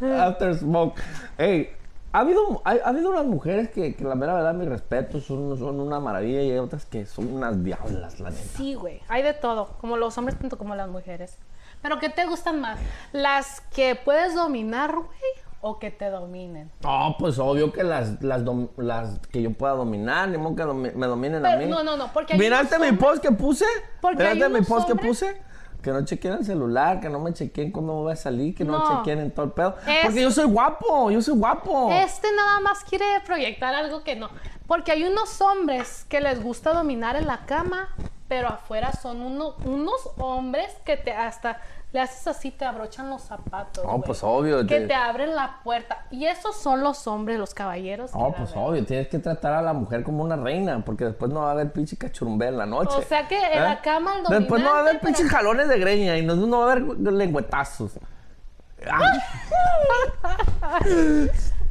S2: After Smoke. Ey, ha habido, ha, ha habido unas mujeres que, que la mera verdad, mi respeto, son, son una maravilla y hay otras que son unas diablas, la neta.
S3: Sí, güey. Hay de todo. Como los hombres, tanto como las mujeres. ¿Pero qué te gustan más? ¿Las que puedes dominar, güey? ¿O que te dominen?
S2: No, pues obvio que las, las, dom- las que yo pueda dominar, ni modo que domi- me dominen a
S3: Pero-
S2: mí.
S3: no, no, no, porque hay
S2: ¿Miraste
S3: unos
S2: mi post que puse?
S3: Porque hay
S2: ¿Miraste mi
S3: unos
S2: post que
S3: hombres-
S2: puse? Que no chequen el celular, que no me chequen cuando voy a salir, que no,
S3: No.
S2: chequen en todo el pedo.
S3: Es-
S2: Porque yo soy guapo, yo soy guapo.
S3: Este nada más quiere proyectar algo que no. Porque hay unos hombres que les gusta dominar en la cama, pero afuera son uno- unos hombres que te hasta le haces así, te abrochan los zapatos.
S2: No,
S3: güey.
S2: pues obvio.
S3: Que
S2: te-
S3: te abren la puerta. Y esos son los hombres, los caballeros. que
S2: No,
S3: la
S2: pues
S3: verdad-
S2: obvio, tienes que tratar a la mujer como una reina, porque después no va a haber pinche cachurumbé en la noche. ¿Eh?
S3: O sea que en la cama el
S2: Después no va a haber
S3: dominante,
S2: pinches
S3: pero-
S2: jalones de greña y no, no va a haber lengüetazos. Ay.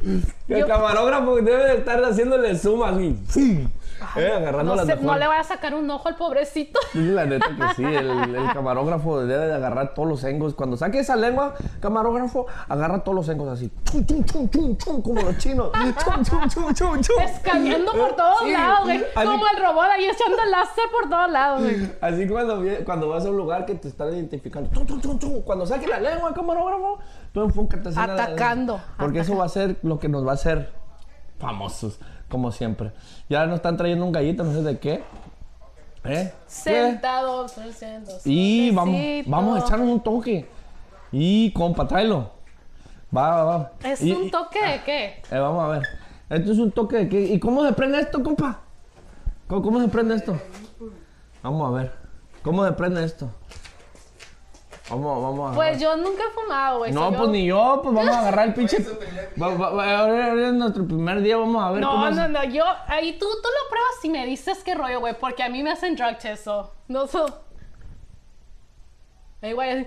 S2: El
S3: Yo-
S2: camarógrafo debe de estar haciéndole sumas y sí, eh, agarrando
S3: Ah, No,
S2: las
S3: sé,
S2: mejores.
S3: no le vaya a sacar un ojo al pobrecito.
S2: Sí, La neta que sí, el, el camarógrafo debe de agarrar todos los engos. Cuando saque esa lengua, camarógrafo, agarra todos los engos así. Chum, chum, chum, chum, chum, como los chinos. Chum, chum, chum, chum, chum.
S3: Escaneando por todos
S2: Sí.
S3: lados, güey.
S2: Así-
S3: Como el robot ahí echando láser por todos lados, güey.
S2: Así cuando, vie- cuando vas a un lugar que te están identificando, tum, tum, tum, tum, cuando saque la lengua, camarógrafo, tú enfócate. así en la-
S3: Atacando,
S2: porque eso va a ser lo que nos va a hacer famosos, como siempre. Ya nos están trayendo un gallito, no sé de qué. ¿Eh? ¿Qué?
S3: Sentados, sentados.
S2: Y vamos,
S3: suavecito.
S2: vamos a echarnos un toque. Y compa, tráelo. Va, va, va.
S3: ¿Es
S2: Y-
S3: un
S2: y-
S3: toque de qué?
S2: eh, vamos a ver. Esto es un toque de qué. ¿Y cómo se prende esto, compa? ¿Cómo, cómo se prende esto? Vamos a ver. ¿Cómo se prende esto? Vamos, vamos a
S3: Pues yo nunca he fumado, güey.
S2: No,
S3: soy
S2: pues
S3: yo-
S2: ni yo, pues vamos a agarrar el pinche. Va- va- va- Ahora ahora es nuestro primer día, vamos a ver cómo
S3: No,
S2: es.
S3: no, no, yo, ahí tú, tú lo pruebas y me dices qué rollo, güey, porque a mí me hacen drug test, so, no so. Ahí, güey, así.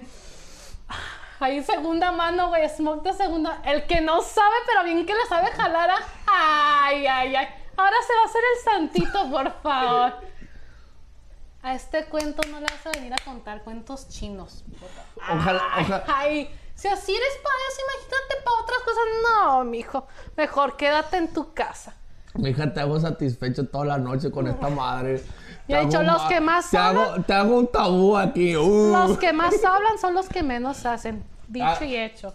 S3: ahí segunda mano, güey, smoke de segunda, el que no sabe, pero bien que le sabe jalar, ah. ay, ay, ay, ahora se va a hacer el santito, por favor. A este cuento no le vas a venir a contar cuentos chinos.
S2: Ojalá, ojalá.
S3: Ay, si así eres para eso, imagínate para otras cosas. No, mijo, mejor quédate en tu casa.
S2: Mija, te hago satisfecho toda la noche con esta madre.
S3: Ya he
S2: Te
S3: dicho,
S2: hago
S3: los
S2: ma-
S3: que más
S2: te hago,
S3: hablan-
S2: te hago un tabú aquí. uh.
S3: Los que más hablan son los que menos hacen. Dicho
S2: Ah.
S3: y hecho.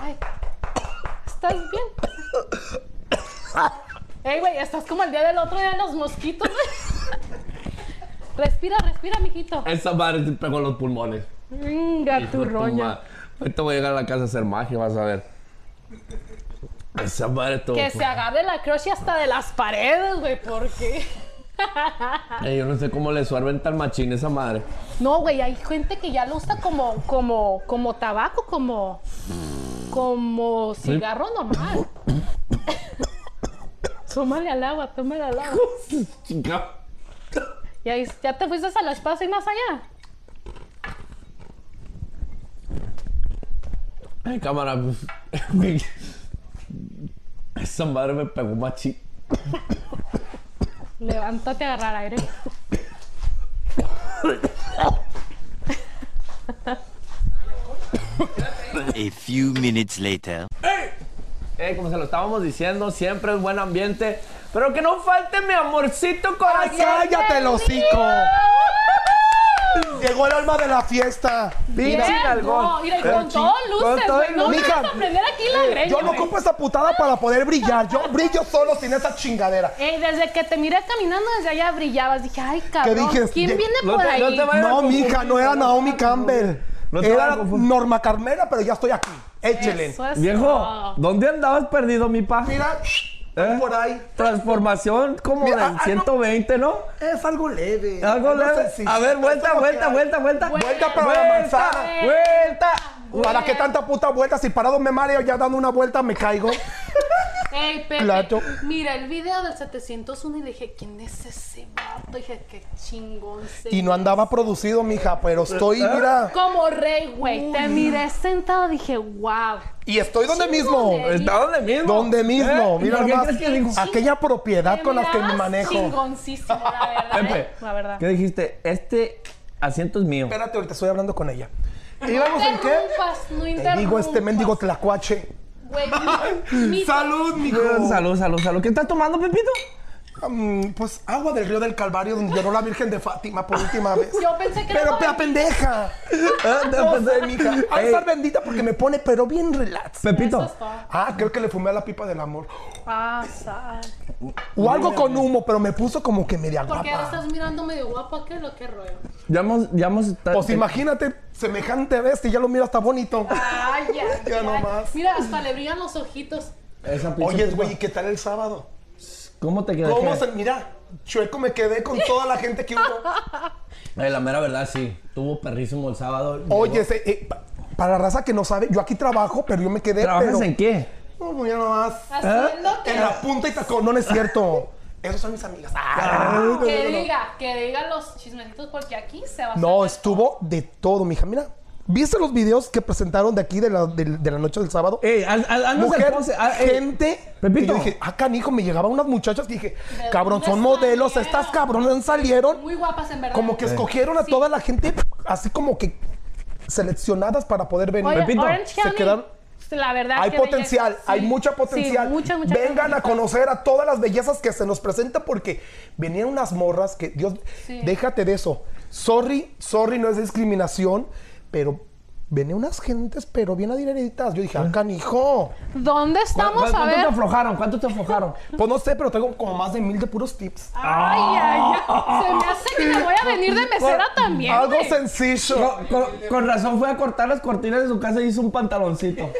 S3: Ay, ¿Estás bien? Ey, güey, estás como el día del otro día de los mosquitos. güey. respira, respira, mijito.
S2: Esa madre te pegó en los pulmones.
S3: Venga, tu roña.
S2: Ahorita voy a llegar a la casa a hacer magia, vas a ver. Esa madre todo.
S3: Que se agarre la crush y hasta de las paredes, güey, porque.
S2: yo no sé cómo le suerven tan machín esa madre.
S3: No, güey, hay gente que ya lo usa como, como, como tabaco, como, como cigarro normal. tómale al agua, tómale al agua.
S2: Chica.
S3: Y ahí, ya te fuiste a la espacio y más allá.
S2: Ay, cámara. güey. esa madre me pegó machín.
S3: Levántate a agarrar aire.
S4: A few minutes later.
S2: Eh, como se lo estábamos diciendo, siempre es buen ambiente. Pero que no falte mi amorcito corazón.
S5: ¡Cállate el hocico! Llegó el alma de la fiesta. Mira,
S3: Bien,
S2: algón.
S3: no, mira, y
S2: Pero
S3: con
S2: chi-
S3: todo
S2: con
S3: luces,
S2: todo
S3: güey. No me
S5: luces. Eh,
S3: vas a prender aquí la greña.
S5: yo no
S3: güey.
S5: ocupo esta putada para poder brillar. Yo brillo solo sin esa chingadera.
S3: Ey, Eh, desde que te miré caminando desde allá brillabas. Dije, ay, cabrón,
S5: ¿Qué dije?
S3: ¿quién
S5: Ye-
S3: viene
S2: no
S3: por
S2: te- no
S3: ahí?
S2: te vayas
S5: No,
S2: a confundir,
S5: mija, no era
S2: no te
S5: Naomi
S2: vayas a confundir.
S5: Campbell.
S2: No te vayas
S5: Era
S2: a confundir.
S5: Norma Carmela, pero ya estoy aquí. Échele.
S3: Eso es
S2: Viejo,
S3: todo.
S2: ¿dónde andabas perdido, mi pa?
S5: Mira,
S2: ¿Eh?
S5: por ahí.
S2: Transformación como
S5: Mira, ah,
S2: de
S5: ah,
S2: 120, ¿no?
S5: Es algo leve.
S2: Algo
S5: algo
S2: leve.
S5: sencillo.
S2: A ver,
S5: Es
S2: vuelta,
S5: como
S2: vuelta,
S5: que-
S2: vuelta, vuelta.
S5: Vuelta para la manzana.
S2: Vuelta.
S5: ¿Para qué tanta puta vuelta? Si parado me mareo, ya dando una vuelta me caigo.
S3: Ey, Pepe,
S5: Plato.
S3: mira el video del 701 y dije, ¿quién es ese vato? Dije, qué chingón se
S5: Y no andaba producido, mija, pero estoy,
S2: ¿Eh?
S5: mira.
S3: Como rey, güey. Te miré sentado, dije, wow.
S5: Y estoy donde
S3: Chingo
S5: mismo.
S3: de-
S2: ¿Está donde mismo?
S5: Donde mismo.
S2: ¿Eh?
S5: Mira
S2: ¿Por qué
S5: nomás
S2: crees que dijo?
S5: aquella propiedad con la que me manejo.
S3: Chingoncísimo, la verdad.
S2: Pepe,
S3: eh, La verdad.
S2: ¿Qué dijiste? Este asiento es mío.
S5: Espérate, ahorita estoy hablando con ella. ¿Íbamos en qué?
S3: interrumpas, no
S5: Te
S3: interrumpas.
S5: digo este mendigo tlacuache.
S3: Güey, mi- mi-
S5: Salud, mijo.
S2: Salud, salud, salud. ¿Qué estás tomando, Pepito?
S5: Mm, pues agua del río del Calvario donde lloró la Virgen de Fátima por última vez.
S3: Yo pensé que
S5: Pero
S3: era
S5: la
S3: para-
S5: pendeja.
S2: Pues, eh, mija.
S5: Ay,
S2: Ey,
S5: estar bendita porque me pone pero bien relax.
S3: Eso
S2: Pepito,
S3: es todo.
S5: Ah, creo que le fumé a la pipa del amor.
S3: Pasa.
S5: O algo con humo, pero me puso como que media
S3: Porque ahora
S5: guapa.
S3: estás mirando medio guapa, ¿qué lo que rollo?
S2: ya hemos, ya hemos ta-
S5: Pues imagínate, semejante bestia, ya lo miro hasta bonito.
S3: Ay, ya.
S5: Ya nomás.
S3: Mira, hasta le brillan los ojitos.
S2: esa pinche
S5: Oye,
S2: pipa.
S5: güey, ¿y qué tal el sábado?
S2: ¿Cómo te quedó?
S5: ¿Cómo se mira? Chueco me quedé con toda la gente que hubo.
S2: Eh, la mera verdad, sí. Tuvo perrísimo el sábado.
S5: Oye, ese, eh, pa- para la raza que no sabe, yo aquí trabajo, pero yo me quedé.
S2: ¿trabajas
S5: pero-
S2: en qué?
S5: No, pues ya nomás.
S3: Haciendo que,
S5: En la punta y tacón, no, no es cierto. Esos son mis amigas. Ah, no,
S3: que
S5: no, no.
S3: diga, que diga los chismecitos porque aquí se va a
S5: No,
S3: hacer-
S5: estuvo de todo, mija. Mira, ¿viste los videos que presentaron de aquí de la, de- de la noche del sábado?
S2: Ey, haz- haz- haznos el
S5: Mujer,
S2: pose, ah, ey.
S5: gente.
S2: Pepito.
S5: que Yo dije, ah, canijo, me llegaban unas muchachas que dije,
S3: ¿De
S5: cabrón,
S3: dónde
S5: son modelos,
S3: salieron?
S5: estas cabronas salieron.
S3: Muy guapas en verdad.
S5: Como que escogieron a
S3: Sí.
S5: toda la gente, así como que seleccionadas para poder venir.
S3: Oye,
S2: Pepito,
S3: Orange
S5: se
S3: County,
S5: quedaron-
S3: La verdad
S5: Hay
S3: que belleza-
S5: potencial, hay
S3: sí.
S5: mucha potencial.
S3: Sí, mucha, mucha
S5: Vengan a
S3: potencial.
S5: conocer a todas las bellezas que se nos presenta porque venían unas morras que, Dios,
S3: Sí.
S5: déjate de eso. Sorry, sorry, no es discriminación, pero venían unas gentes, pero bien adineritas. Yo dije, ah, canijo.
S3: ¿Dónde estamos a
S2: ¿Cuánto
S3: ver?
S2: te aflojaron? ¿Cuánto te aflojaron?
S5: Pues no sé, pero tengo como más de mil de puros tips.
S3: Ay, ay, ay. Se me hace que me voy a venir de mesera también.
S5: Ah. Algo
S3: güey.
S5: sencillo.
S2: Con, con- con razón fue a cortar las cortinas de su casa y hizo un pantaloncito.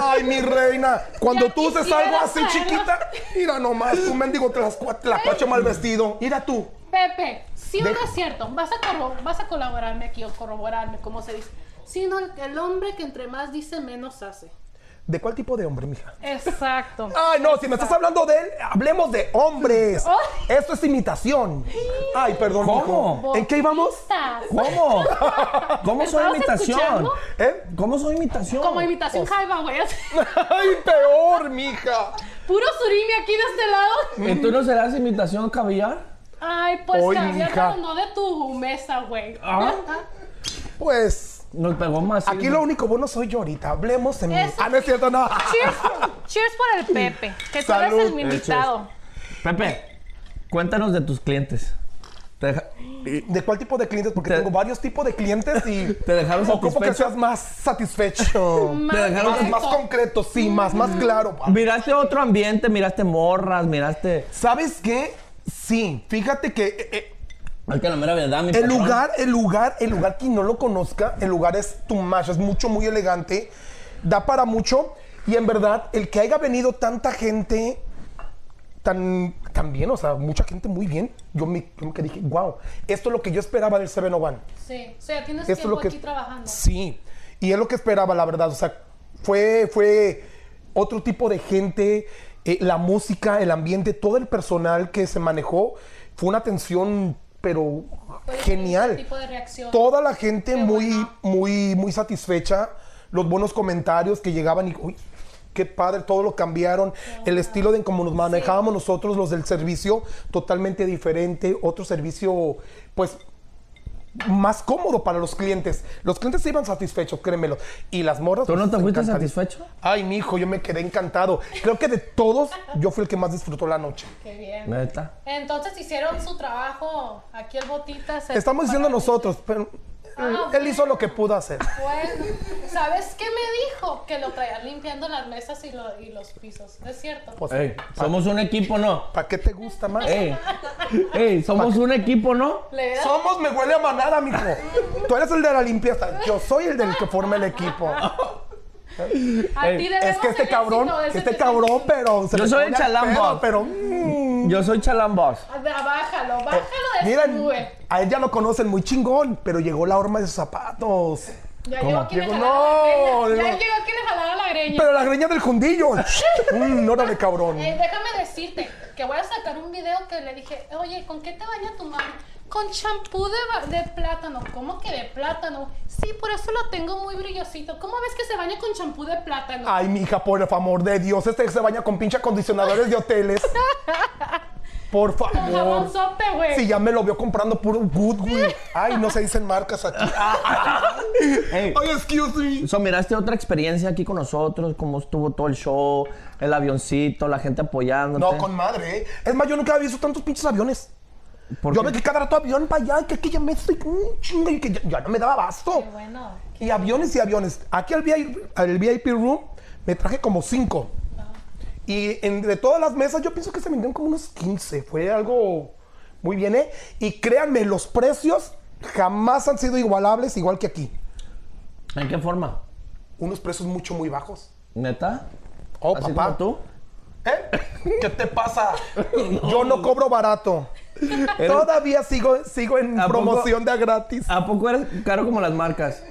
S5: Ay, mi reina. Cuando
S3: Ya
S5: tú haces
S3: quisiera
S5: algo así
S3: saberlo.
S5: chiquita, mira nomás, tú mendigo tlacuache mal vestido. Mira tú.
S3: Pepe, si
S5: Deja-
S3: no es cierto, vas a, corro- vas a colaborarme aquí o corroborarme, como se dice. Sino el, el hombre que entre más dice, menos hace.
S5: ¿De cuál tipo de hombre, mija?
S3: Exacto.
S5: Ay, no, si me estás hablando de él, hablemos de hombres.
S3: Ay.
S5: Esto es imitación. Ay, perdón.
S2: ¿Cómo?
S5: mijo. ¿En qué íbamos?
S3: Botistas.
S2: ¿Cómo? ¿Cómo soy
S3: ¿Estabas
S2: imitación?
S3: escuchando?
S5: ¿Eh?
S2: ¿Cómo soy imitación?
S5: Oh,
S3: Como imitación jaiba, güey. así.
S5: Ay, peor, mija.
S3: Puro surimi aquí de este lado.
S2: ¿Y tú no serás imitación caviar?
S3: Ay, pues
S5: Oy,
S3: cambiar,
S5: mija.
S3: pero no de tu mesa, güey.
S2: Ah.
S5: Pues,
S2: Nos pegó más.
S5: aquí lo único bueno soy yo ahorita. Hablemos en
S3: Eso
S5: Ah, no es cierto, no.
S3: Cheers, cheers por el Pepe, que tú
S5: Salud.
S3: eres el mi
S5: Eh,
S3: invitado.
S2: Pepe, cuéntanos de tus clientes. Te, deja-
S5: ¿De cuál tipo de clientes? Porque
S2: Te-
S5: tengo varios tipos de clientes y...
S2: Te dejaron
S5: Ocupo que
S2: satisfecho.
S5: seas más satisfecho.
S2: te dejaron
S5: más, más concreto, sí, más, más claro.
S3: Mm.
S2: Miraste otro ambiente, miraste morras, miraste.
S5: ¿Sabes qué? Sí, fíjate que... eh, eh,
S2: Es que la mera verdad, mi
S5: El
S2: patrón-
S5: lugar, el lugar, el lugar, quien no lo conozca, el lugar es tu macho, es mucho, muy elegante, da para mucho. Y en verdad, el que haya venido tanta gente, tan, tan bien, o sea, mucha gente muy bien, yo me, yo me quedé, dije, wow, esto es lo que yo esperaba del 701.
S3: Sí, o sea, tienes
S5: Esto es
S3: tiempo
S5: lo que...
S3: aquí trabajando.
S5: Sí, y es lo que esperaba, la verdad, o sea, fue, fue otro tipo de gente, eh, la música, el ambiente, todo el personal que se manejó, fue una atención, pero
S3: Puedes tener
S5: genial
S3: ese tipo de reacción.
S5: toda la gente
S3: Qué
S5: muy,
S3: bueno.
S5: muy, muy satisfecha. Los buenos comentarios que llegaban y, uy, qué padre, todo lo cambiaron. El estilo de cómo nos manejábamos nosotros, los del servicio, totalmente diferente. Otro servicio, pues, más cómodo para los clientes. Los clientes se iban satisfechos, créemelo. Y las morras.
S2: ¿Tú no
S5: pues,
S2: te fuiste
S5: encantadísimas.
S2: satisfecho?
S5: Ay, mi hijo, yo me quedé encantado. Creo que de todos, yo fui el que más disfrutó la noche.
S3: Qué bien.
S2: Neta.
S3: Entonces hicieron su trabajo. Aquí el botita se-
S5: Estamos diciendo nosotros, pero
S3: Ah,
S5: él hizo lo que pudo hacer.
S3: Bueno, ¿sabes qué me dijo? Que lo traían limpiando las mesas y, lo- y los pisos. Es cierto.
S5: Pues,
S2: Ey, somos un equipo, ¿no?
S5: ¿Para qué te gusta más?
S2: Ey, ey, somos un equipo, ¿no?
S3: Le hubiera-
S5: Somos me huele a manada, mijo. Tú eres el de la limpieza. Yo soy el del que forma el equipo.
S3: a
S2: Ey,
S3: ti
S5: Es
S3: debemos
S5: que este
S3: el
S5: cabrón,
S3: éxito de ese
S5: este
S3: servicio.
S5: cabrón, pero se
S2: Yo
S5: le
S2: soy
S5: pone
S2: el
S5: al
S2: chalamba.
S5: pedo, Pero mm,
S2: Yo soy Chalambos.
S3: Ah,
S5: Eh,
S3: Bájalo, bájalo de
S5: mira,
S3: su nube.
S5: a él ya lo conocen muy chingón, pero llegó la horma de sus zapatos.
S3: Ya
S2: ¿Cómo?
S3: llegó quien le
S5: Llegó,
S3: jalara
S5: no,
S3: la greña. Ya
S5: digo-
S3: llegó quien le jalara la greña.
S5: Pero la greña del jundillo. Mm, órale, cabrón.
S3: Eh, déjame decirte que voy a sacar un video que le dije, oye, ¿con qué te baña tu mami? Con champú de, ba- de plátano. ¿Cómo que de plátano? Sí, por eso lo tengo muy brillosito. ¿Cómo ves que se baña con champú de plátano?
S5: Ah, Ay, mija, por el favor de Dios, este se baña con pinche acondicionadores de hoteles. Por
S3: Con jabón
S5: favor.
S3: sope, güey.
S5: Si ya me lo vio comprando puro Goodwill. Ay, no se dicen marcas aquí.
S2: Ey.
S5: Oye, excuse me.
S2: So, miraste otra experiencia aquí con nosotros, cómo estuvo todo el show, el avioncito, la gente apoyándote.
S5: No, con madre, ¿eh? Es más, yo nunca había visto tantos pinches aviones.
S2: ¿Por
S5: yo
S2: qué?
S5: me que cada rato avión para allá, que aquí ya me estoy mm, chinga, y que ya, ya no me daba abasto.
S3: Qué bueno.
S5: Y aviones y aviones. Aquí al VIP, al VIP room me traje como cinco. Y entre todas las mesas yo pienso que se vendieron como unos 15. Fue algo muy bien, ¿eh? Y créanme, los precios jamás han sido igualables igual que aquí.
S2: ¿En qué forma?
S5: Unos precios mucho, muy bajos.
S2: ¿Neta?
S5: Oh,
S2: ¿Así como
S5: papá.
S2: tú?
S5: ¿Eh? ¿Qué te pasa? Yo no cobro barato. Todavía sigo, sigo en
S2: ¿A poco?
S5: promoción de a gratis.
S2: ¿A poco eres caro como las marcas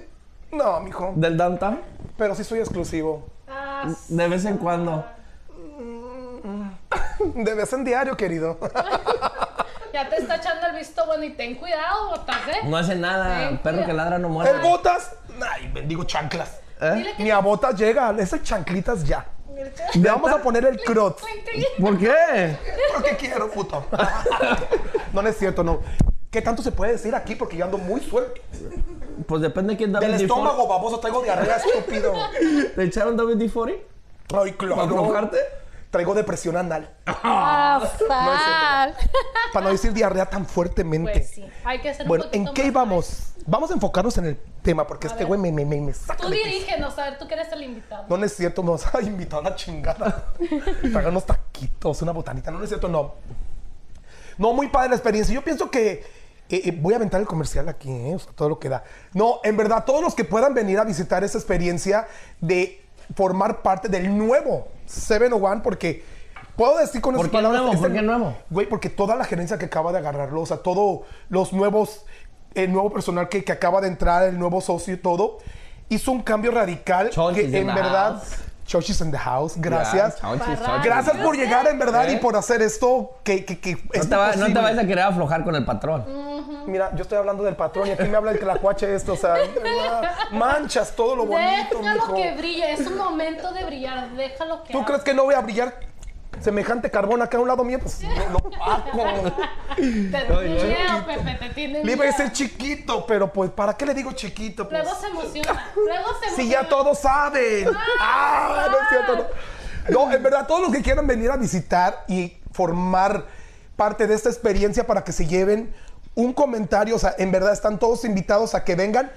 S5: No, mijo.
S2: del downtown?
S5: Pero sí soy exclusivo.
S3: Ah,
S2: De vez en cuando.
S5: De vez en diario, querido.
S3: ya te está echando el visto bueno y ten cuidado, botas, ¿eh?
S2: No hace nada,
S3: Sí,
S2: perro
S3: mira.
S2: que ladra no
S5: El
S2: muere.
S5: botas. Ay, bendigo chanclas.
S3: Dile que
S5: Ni a botas llega. Esas chanclitas ya. Le vamos a poner el crot.
S2: ¿Por qué?
S5: Porque quiero, puto. No, no es cierto, no. ¿Qué tanto se puede decir aquí? Porque yo ando muy suelto.
S2: Pues depende de quién
S5: Del
S2: WD-40.
S5: estómago baboso traigo diarrea, estúpido.
S2: ¿Te echaron WD-40?
S5: Ay,
S2: ¿Para
S5: claro.
S2: provocarte?
S5: Traigo depresión anal.
S3: Ah,
S5: Para no decir diarrea tan fuertemente.
S3: Pues sí, hay que hacer un
S5: Bueno,
S3: poquito
S5: ¿en qué
S3: más.
S5: íbamos? Vamos a enfocarnos en el tema, porque este
S3: ver.
S5: güey me, me, me, me saca.
S3: Tú
S5: de quicio.
S3: dirígenos, a ver, tú que eres el invitado.
S5: No, no es cierto, nos ha invitado a la chingada. Pagar unos taquitos, una botanita. No, no es cierto, no. No, muy padre la experiencia. Yo pienso que eh, eh, voy a aventar el comercial aquí, eh, o sea, todo lo que da. No, en verdad, todos los que puedan venir a visitar esa experiencia de formar parte del nuevo 701, porque puedo decir con
S2: ¿Por
S5: esas
S2: qué
S5: palabras.
S2: nuevo?
S5: este-
S2: ¿Por qué nuevo?
S5: Güey, porque toda la gerencia que acaba de agarrarlo, o sea, todos los nuevos, el nuevo personal que, que acaba de entrar, el nuevo socio y todo, hizo un cambio radical
S2: Chonchis
S5: que
S2: in
S5: en
S2: the
S5: verdad.
S2: house.
S5: Chochis in the house, gracias.
S2: Ya, chonchis,
S3: Barra-
S2: chonchis.
S5: Gracias por llegar en verdad
S2: ¿Eh?
S5: y por hacer esto que, que, que
S2: No
S5: es
S2: te, va- no te
S5: imposible.
S2: vayas a querer aflojar con el
S3: Mm.
S2: patrón.
S5: Mira, yo estoy hablando del patrón y aquí me habla el tlacuache esto, o sea, manchas todo lo bonito,
S3: Déjalo
S5: mijo.
S3: que brille, es un momento de brillar, déjalo que
S5: ¿Tú crees que no voy a brillar semejante carbón acá a un lado mío? Pues no lo paco.
S3: que te tiene miedo, Pepe? Te tiene
S5: Le iba a
S3: miedo.
S5: decir chiquito, pero pues, ¿para qué le digo chiquito? Pues?
S3: Luego se emociona, luego se emociona.
S5: Si ya todos saben. Ah, no es cierto. No. No, en verdad, todos los que quieran venir a visitar y formar parte de esta experiencia para que se lleven un comentario, o sea, en verdad están todos invitados a que vengan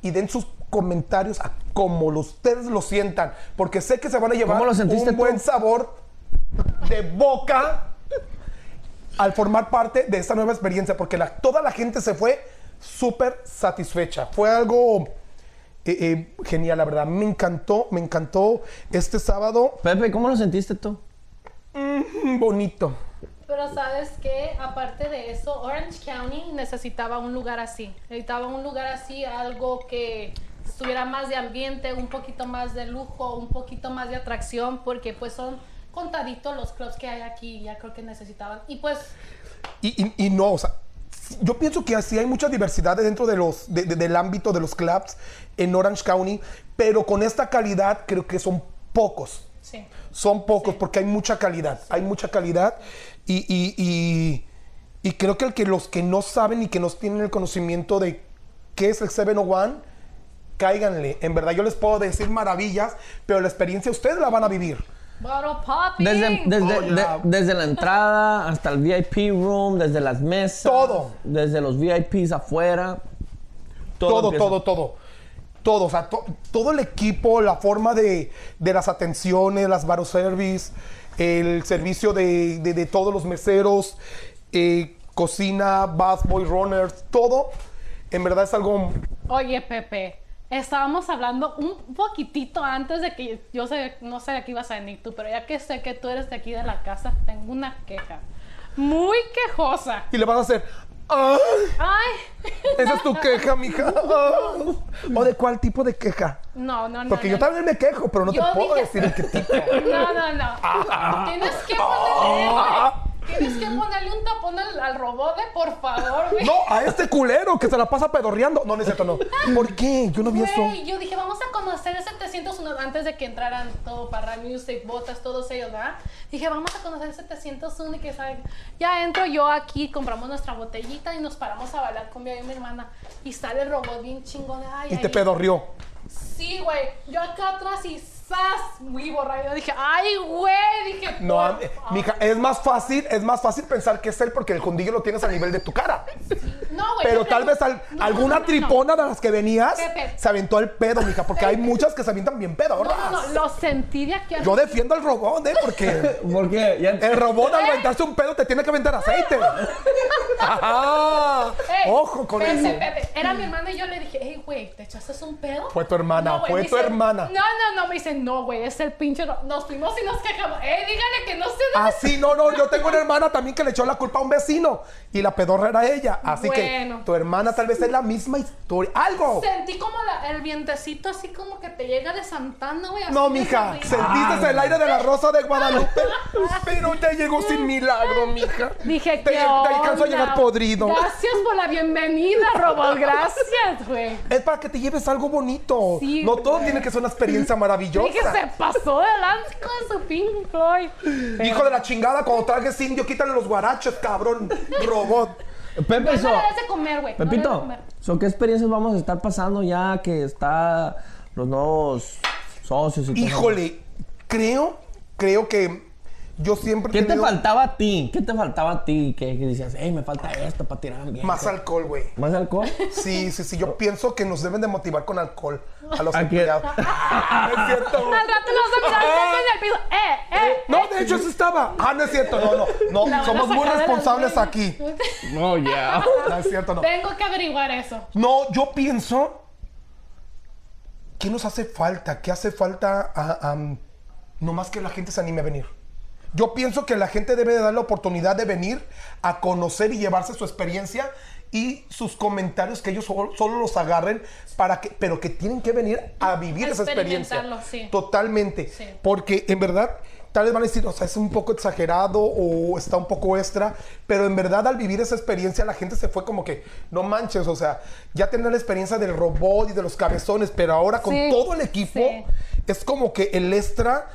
S5: y den sus comentarios a como los- ustedes lo sientan, porque sé que se van a llevar
S2: ¿Cómo lo sentiste
S5: un buen
S2: tú?
S5: sabor de boca al formar parte de esta nueva experiencia, porque la- toda la gente se fue súper satisfecha. Fue algo eh, eh, genial, la verdad. Me encantó, me encantó este sábado.
S2: Pepe, ¿cómo lo sentiste tú?
S5: Mm, Bonito.
S3: Pero sabes que aparte de eso, Orange County necesitaba un lugar así. Necesitaba un lugar así, algo que estuviera más de ambiente, un poquito más de lujo, un poquito más de atracción, porque pues son contaditos los clubs que hay aquí, ya creo que necesitaban. Y pues
S5: Y, y- y no, o sea, yo pienso que así hay mucha diversidad dentro de los, de- de- del ámbito de los clubs en Orange County, pero con esta calidad creo que son pocos.
S3: sí.
S5: Son pocos porque hay mucha calidad, hay mucha calidad y, y- y- y creo que, el que los que no saben y que no tienen el conocimiento de qué es el 701, cáiganle. En verdad yo les puedo decir maravillas, pero la experiencia ustedes la van a vivir.
S3: Bottle popping.
S2: Desde, desde,
S5: Hola.
S2: de- desde la entrada hasta el VIP room, desde las mesas.
S5: Todo.
S2: Desde los VIPs afuera.
S5: Todo,
S2: empieza-
S5: todo, todo. Todo, o sea, to- todo el equipo, la forma de, de las atenciones, las baro service, el servicio de, de- de todos los meseros, eh, cocina, bath boy runners, todo. En verdad es algo
S3: Oye, Pepe, estábamos hablando un poquitito antes de que yo sé, no sé de qué ibas a venir tú, pero ya que sé que tú eres de aquí de la casa, tengo una queja. Muy quejosa.
S5: y le vas a hacer. ¡Ah!
S3: Ay,
S5: Esa es tu queja, mija. ¿O de cuál tipo de queja?
S3: no, no, no.
S5: Porque
S3: no,
S5: yo también me quejo, pero no
S3: Yo
S5: te puedo
S3: dije-
S5: decir de qué tipo. Ah.
S3: No, no, no. Tienes que ponerle. Tienes que ponerle un tapón al, al robot de por favor, güey.
S5: No, a este culero que se la pasa pedorreando. No, no es cierto, no. ¿Por qué? Yo no vi eso.
S3: Güey, yo dije, vamos a conocer el 701 antes de que entraran todo para Music, Botas, todos ellos, ¿verdad? Dije, vamos a conocer el 701 y que saben. Ya entro yo aquí, compramos nuestra botellita y nos paramos a bailar con mi, y mi hermana. Y sale el robot bien chingón. Ay,
S5: Y te
S3: ahí.
S5: pedorrió.
S3: Sí, güey. Yo acá atrás y ¡zas! Muy borracho. Dije, ay, güey. Dije,
S5: No,
S3: por
S5: am- eh,
S3: favor.
S5: mija, es más fácil, es más fácil pensar que es él porque el condillo lo tienes a nivel de tu cara.
S3: No, güey.
S5: Pero
S3: yo
S5: tal
S3: creo-
S5: vez al-
S3: No,
S5: alguna
S3: no, no, no.
S5: tripona de las que venías
S3: Pepe.
S5: se aventó el pedo, mija, porque hay muchas que se avientan bien pedo,
S3: No, no, no, lo sentí de aquí a-
S5: Yo defiendo al robot, ¿eh? Porque
S2: Porque ya
S5: el robot al aventarse un pedo te tiene que aventar aceite. Ajá.
S3: Ey,
S5: Ojo con
S3: Eh, espérate,
S5: eso. Mm.
S3: espérate. Era mi hermana y yo le dije, hey, güey, ¿te echaste un pedo?
S5: Fue tu hermana,
S3: güey,
S5: fue
S3: me
S5: tu
S3: dice,
S5: hermana.
S3: No, no, no, me dice, no, güey, es el pinche. ro- Nos fuimos y nos quejamos. Ey, dígale que no se da.
S5: Así, Ah, no, no, yo tengo una hermana también que le echó la culpa a un vecino y la pedorra era ella. Así
S3: Bueno.
S5: que tu hermana tal vez es la misma historia. ¡Algo!
S3: Sentí como la- el vientecito así como que te llega de Santana, güey. así
S5: No,
S3: de
S5: mija,
S3: sonrisa.
S5: sentiste el aire de la rosa de Guadalupe, pero ya llegó sin milagro, mija.
S3: Dije
S5: te,
S3: que.
S5: te alcanzó a llegar podrido.
S3: Gracias por la bienvenida, robot. Gracias, güey.
S5: Es para que te lleves algo bonito.
S3: Sí,
S5: no todo
S3: güey.
S5: tiene que ser una experiencia maravillosa.
S3: Dije, se pasó de lanza con su Pink Floyd.
S5: Hijo de la chingada, cuando tragues indio, quítale los guarachos, cabrón, robot.
S2: Pepe,
S3: Pues No
S2: so-
S3: le des de comer, güey. no le des de
S2: Pepito,
S3: comer.
S2: so, ¿qué experiencias vamos a estar pasando ya que está los nuevos socios y todo?
S5: Híjole, creo, creo que yo siempre. he
S2: ¿Qué te
S5: tenido
S2: faltaba a ti? ¿Qué te faltaba a ti? Que, que decías, hey, me falta esto para tirar bien.
S5: Más alcohol, güey.
S2: ¿Más alcohol?
S5: Sí, sí, sí. Yo pienso que nos deben de motivar con alcohol a los
S2: ¿A quién?
S5: empleados. No es cierto.
S3: Al rato los de mirar en el piso. Eh, eh.
S5: Ah. No, de hecho, eso estaba. Ah, no es cierto, no, no. No,
S3: La van a
S5: somos muy
S3: sacar de las
S5: responsables
S3: redes.
S5: aquí.
S2: No, ya.
S5: No es cierto, no.
S3: Tengo que averiguar eso.
S5: No, yo pienso. ¿Qué nos hace falta? ¿Qué hace falta a, a- no más que la gente se anime a venir? Yo pienso que la gente debe de dar la oportunidad de venir a conocer y llevarse su experiencia y sus comentarios que ellos solo, solo los agarren para que, pero que tienen que venir a vivir
S3: A
S5: esa experiencia.
S3: experimentarlo, sí.
S5: Totalmente.
S3: Sí.
S5: Porque en verdad, tal vez van a decir, o sea, es un poco exagerado o está un poco extra, pero en verdad al vivir esa experiencia la gente se fue como que, no manches, o sea, ya tener la experiencia del robot y de los cabezones, pero ahora con
S3: Sí,
S5: todo el equipo
S3: sí.
S5: es como que el extra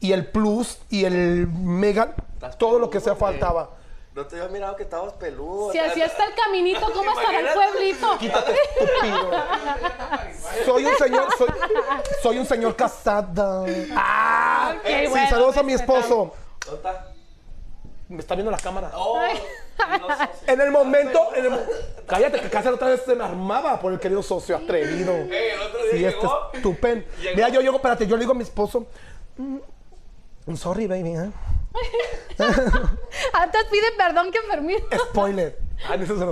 S5: y el plus y el mega, todo lo que sea faltaba.
S6: No te había mirado que estabas peludo.
S3: Si así está el caminito, ¿cómo estará el
S6: Imagínate.
S3: pueblito?
S5: Quítate, estúpido. Soy un señor, soy, soy un señor casada. Ah,
S3: Ok,
S5: sí,
S3: bueno, pues,
S5: saludos a mi
S3: respetable.
S5: esposo.
S6: ¿Dónde está?
S5: Me está viendo la cámara.
S3: Ay,
S5: En el momento, en el mo- cállate, que casi la otra vez se me armaba por el querido socio atrevido.
S6: el otro día
S5: sí, este
S6: llegó.
S5: estupendo. Mira, yo llego, espérate, yo le digo a mi esposo, "Mm, I'm sorry, baby, ¿eh?
S3: Antes pide perdón que permiso.
S5: Spoiler. Ay, no, eso no.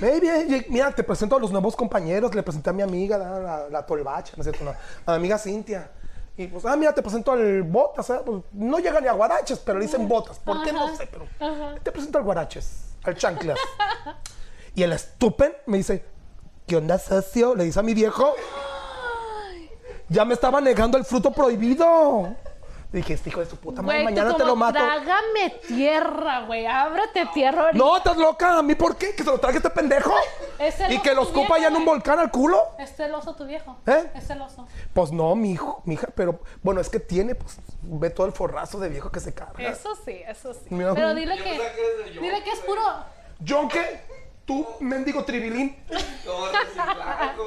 S5: Baby, eh, lleg- mira, te presento a los nuevos compañeros. Le presenté a mi amiga, la, la, la tolvacha, no es cierto, no, a mi amiga Cintia. Y pues, ah, mira, te presento al Botas. ¿eh? Pues, no llega ni a Guaraches, pero le dicen Botas. ¿Por qué? No sé, pero te presento al Guaraches, al Chanclas. y el estupen me dice, ¿qué onda, socio? Le dice a mi viejo. Ya me estaba negando el fruto prohibido. Dije, este hijo de su puta madre,
S3: Güey, tú
S5: mañana te
S3: como,
S5: lo mato.
S3: Trágame tierra, güey. Ábrate tierra ahorita.
S5: No, estás loca. ¿A mí por qué? ¿Que se lo traje este pendejo?
S3: Es el
S5: ¿Y que
S3: oso
S5: los cupa allá en un
S3: viejo.
S5: volcán al culo?
S3: Es celoso tu viejo.
S5: ¿Eh?
S3: Es celoso.
S5: Pues no, mi hijo, mi hija, pero bueno, es que tiene, pues ve todo el forrazo de viejo que se carga.
S3: Eso sí, eso sí.
S5: Mira.
S3: Pero dile que. Dile que es puro.
S5: ¿Yo qué? Tú, mendigo tribilín,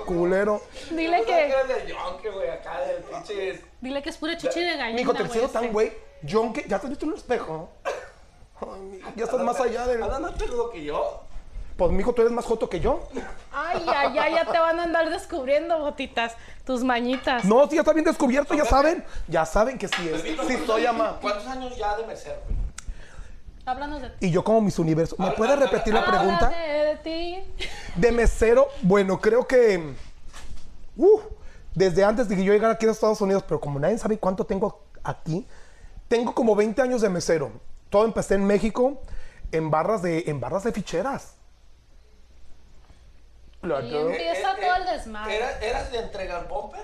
S5: culero.
S3: Dile que.
S6: del yonke, güey, acá del pinche.
S3: Dile que es puro chichi de gallina.
S5: Mi hijo, te
S3: güey,
S5: siento
S3: ese.
S5: tan güey. ¿Yo qué? ¿Ya te has visto en el espejo? Ay, mijo, ya estás más allá del.
S6: Andas más peludo que yo.
S5: Pues, mijo, tú eres más joto que yo.
S3: Ay, ay, ay, ya te van a andar descubriendo, botitas. Tus mañitas.
S5: No, si ya está bien descubierto, ya saben. Ya saben que sí es. Sí, soy ama.
S6: ¿Cuántos años ya de merced, güey?
S3: Háblanos de ti.
S5: Y yo, como mis universos. ¿Me puedes repetir la pregunta?
S3: Háblame de ti.
S5: De mesero, bueno, creo que. uh, desde antes de que yo llegara aquí a Estados Unidos, pero como nadie sabe cuánto tengo aquí, tengo como 20 años de mesero. Todo empecé en México, en barras de, en barras de ficheras.
S3: Y empieza todo el desmadre.
S6: Eh,
S3: Ah.
S6: ¿Era- ¿Eras de entregar pompe?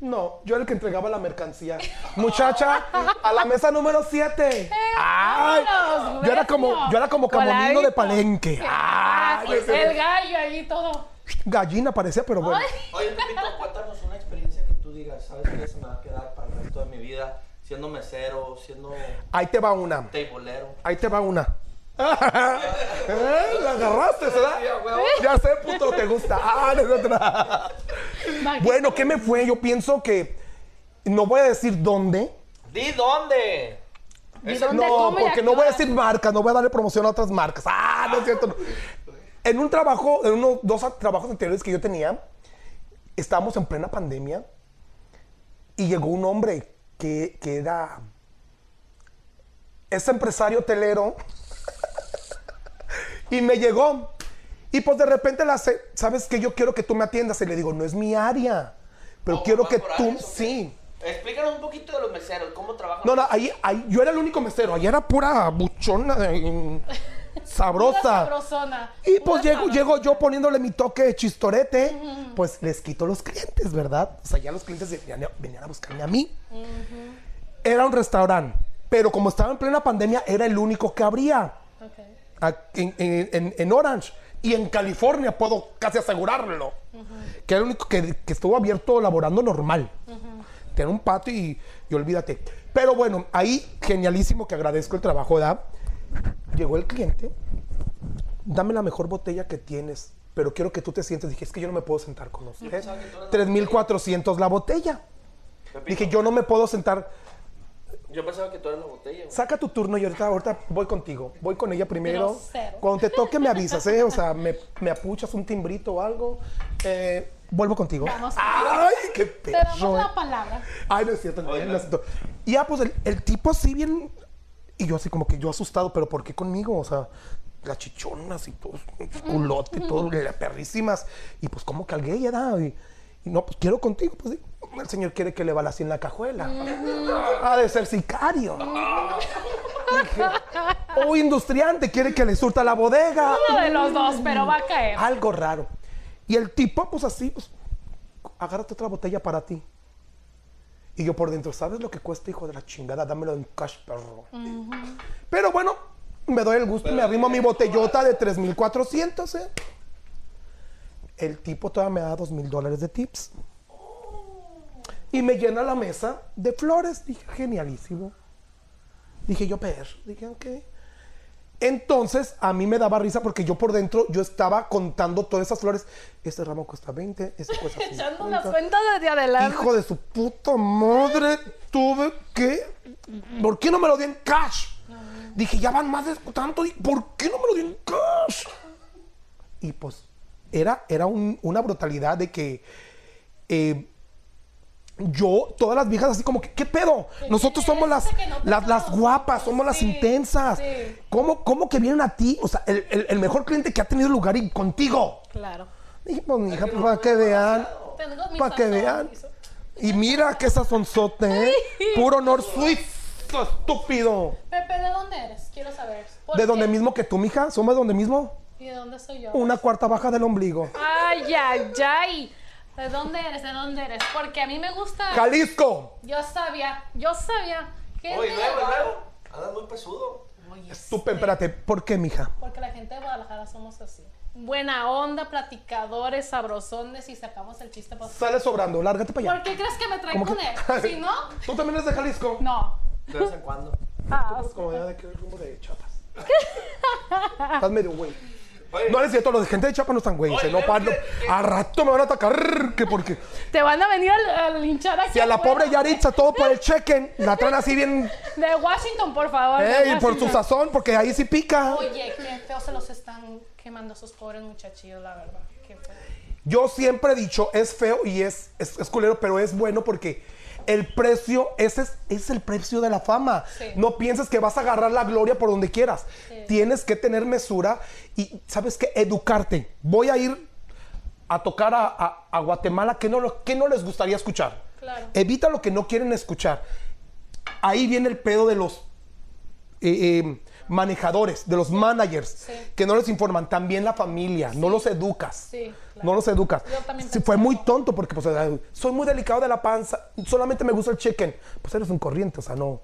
S5: No, yo era el que entregaba la mercancía. Muchacha, a la mesa número 7. Ay,
S3: Eh, vámonos,
S5: yo era como,
S3: beso.
S5: yo era como Camonino de
S3: Voladito.
S5: Palenque.
S3: Ah,
S5: Ay,
S3: el gallo ahí todo.
S5: gallina parecía, pero bueno.
S3: Ay.
S7: Oye, Pepito, cuéntanos una experiencia que tú digas, ¿sabes qué se me va a quedar para el resto de mi vida? Siendo mesero, siendo
S5: Ahí te va una.
S7: tableero.
S5: Ahí te va una. Eh, La agarraste, ¿verdad? Ya sé, puto, te gusta. Ah, no, no, no. Bueno, ¿qué me fue? Yo pienso que no voy a decir dónde.
S7: ¿Di dónde?
S3: ¿Y dónde
S5: No,
S3: come y
S5: porque
S3: a
S5: no
S3: qué
S5: voy a
S3: hora?
S5: decir marcas, no voy a darle promoción a otras marcas. Ah, no es cierto. no. En un trabajo, en unos dos a- trabajos anteriores que yo tenía, estábamos en plena pandemia y llegó un hombre que, que era ese empresario hotelero y me llegó. Y pues de repente la hace, ¿sabes qué? Yo quiero que tú me atiendas. Y le digo, no es mi área, pero
S7: Oh,
S5: quiero
S7: ¿van
S5: que
S7: por
S5: tú,
S7: áreas o qué?
S5: sí.
S7: Explícanos un poquito de los meseros, cómo trabajan.
S5: No, no, ahí, ahí yo era el único mesero, ahí era pura buchona, eh,
S3: Una
S5: sabrosa.
S3: sabrosona.
S5: Y
S3: Una
S5: pues llego,
S3: sabrosa.
S5: llego yo poniéndole mi toque de chistorete, pues les quito los clientes, ¿verdad? O sea, ya los clientes venían, venían a buscarme a mí. Era un restaurante, pero como estaba en plena pandemia, era el único que abría
S3: Ok.
S5: aquí en, en- en- en Orange y en California, puedo casi asegurarlo. Que era el único que, que estuvo abierto laborando normal. Tiene un patio y, y olvídate. Pero bueno, ahí genialísimo que agradezco el trabajo, ¿verdad? Llegó el cliente, dame la mejor botella que tienes, pero quiero que tú te sientes. Dije, es que yo no me puedo sentar con usted. 3.400 la botella. Dije, yo no me puedo sentar.
S7: Yo pensaba que tú eras la botella. güey.
S5: Saca tu turno y ahorita, ahorita voy contigo. Voy con ella primero.
S3: Grosero.
S5: Cuando te toque me avisas, ¿eh? O sea, me, me apuchas un timbrito o algo. Eh, vuelvo contigo.
S3: Vamos
S5: ¡Ay, qué
S3: Te
S5: perro!
S3: damos
S5: eh.
S3: la palabra.
S5: Ay, no es cierto. no, no es cierto. Y ya, pues el, el tipo así bien... Y yo así como que yo asustado, pero ¿por qué conmigo? O sea, las chichonas y todo, culote, todo, las perrísimas. Y pues como que alguien ya da. Y, y no, pues quiero contigo. Pues el señor quiere que le balacie en la cajuela. Ha de ser sicario. Dije, o industriante quiere que le surta la bodega.
S3: Uno de los dos, pero va a caer.
S5: Algo raro. Y el tipo, pues así, pues, agárrate otra botella para ti. Y yo por dentro, ¿sabes lo que cuesta, hijo de la chingada? Dámelo en cash, perro. Pero bueno, me doy el gusto y me arrimo a mi botellota de 3,400, ¿eh? El tipo todavía me da 2,000 dólares de tips. Y me llena la mesa de flores. Dije, genialísimo. Dije yo, per. Dije, ok. Entonces, a mí me daba risa porque yo por dentro, yo estaba contando todas esas flores. Este ramo cuesta 20, este cuesta 50.
S3: Echando las cuentas desde adelante.
S5: Hijo de su puta madre, tuve que. ¿Por qué no me lo dio en cash? Dije, ya van más de tanto. di- ¿Por qué no me lo dio en cash? Y pues, era, era un- una brutalidad de que. eh, yo, todas las viejas así como que, ¿qué pedo? Nosotros somos las,
S3: que no te
S5: las, las
S3: conoce.
S5: guapas, somos las
S3: Sí,
S5: intensas.
S3: sí.
S5: ¿Cómo, ¿Cómo que vienen a ti? O sea, el, el- el mejor cliente que ha tenido lugar y contigo.
S3: Claro.
S5: Dije, pues, mija, pues, para que vean.
S3: Tengo mis
S5: Para que
S3: santos,
S5: vean.
S3: mis-
S5: Y mira que esa sonzote, ¿eh? Puro honor suizo, estúpido.
S3: Pepe, ¿de dónde eres? Quiero saber. ¿Por
S5: ¿De
S3: qué?
S5: donde mismo que tú, mija? ¿Somos de donde mismo?
S3: ¿Y de dónde soy yo?
S5: Una cuarta baja del ombligo.
S3: Ay, ay, ay. ¿De dónde eres? ¿De dónde eres? Porque a mí me gusta.
S5: ¡Jalisco!
S3: Yo sabía, yo sabía. ¿Qué
S7: Oye, luego, luego. Andas muy pesudo.
S5: Estúpido, espérate. ¿Por qué, mija?
S3: Porque la gente de Guadalajara somos así. Buena onda, platicadores, sabrosones y sacamos el chiste para
S5: Sale sobrando, lárgate para
S3: ¿Por
S5: allá.
S3: qué crees que me traen
S5: ¿Cómo
S3: con
S5: que-
S3: él? Si no,
S5: ¿Tú también eres de Jalisco?
S3: no. Ah,
S7: De vez en cuando.
S5: Tú eres como ya de qué rumbo de Chiapas. Estás medio güey.
S7: Oye.
S5: No es cierto, los de gente de Chiapas no están güeyes.
S7: Oye,
S5: eh, No,
S7: ¿qué-
S5: Pablo.
S7: qué-
S5: A rato me van a atacar. Que porque.
S3: Te van a venir a, a linchar aquí.
S5: Si a la
S3: afuera.
S5: pobre Yaritza todo por el chequen, la traen así bien
S3: De Washington, por favor. de
S5: Ey, por su
S3: Washington.
S5: sazón, porque ahí sí pica.
S3: Oye, qué feo se los están quemando esos pobres muchachillos, la verdad. Qué feo.
S5: Yo siempre he dicho, es feo y es, es, es culero, pero es bueno porque el precio, ese es, ese es el precio de la fama.
S3: Sí.
S5: No pienses que vas a agarrar la gloria por donde quieras.
S3: Sí.
S5: Tienes que tener mesura y, ¿sabes qué? Educarte. Voy a ir a tocar a, a- a Guatemala que no, lo- que no les gustaría escuchar.
S3: Claro.
S5: Evita lo que no quieren escuchar. Ahí viene el pedo de los eh, eh, manejadores, de los managers, que no les informan, también la familia, no los educas.
S3: Sí, claro.
S5: No los educas.
S3: Yo también
S5: Sí, fue muy tonto porque pues ay, soy muy delicado de la panza, solamente me gusta el chicken. Pues eres un corriente, o sea, no.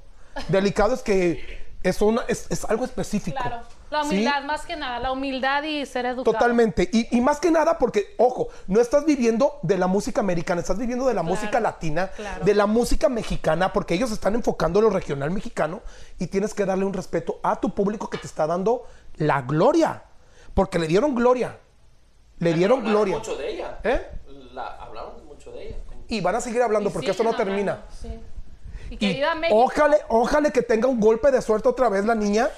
S5: Delicado es que es, una- es, es algo específico.
S3: Claro. La
S5: ¿sí?
S3: humildad, más que nada, la humildad y ser educado.
S5: Totalmente. Y, y más que nada porque, ojo, no estás viviendo de la música americana, estás viviendo de la
S3: Claro,
S5: música latina,
S3: claro.
S5: de la música mexicana, porque ellos están enfocando lo regional mexicano y tienes que darle un respeto a tu público que te está dando la gloria, porque le dieron gloria, le dieron
S7: Hablaron
S5: gloria.
S7: mucho de ella.
S5: ¿Eh?
S7: La, hablaron mucho de ella.
S5: Y van a seguir hablando
S3: Y
S5: porque esto
S3: siguen
S5: no termina.
S3: hablando, sí. Y que
S5: Y
S3: viva México.
S5: ojalá, ojalá que tenga un golpe de suerte otra vez la niña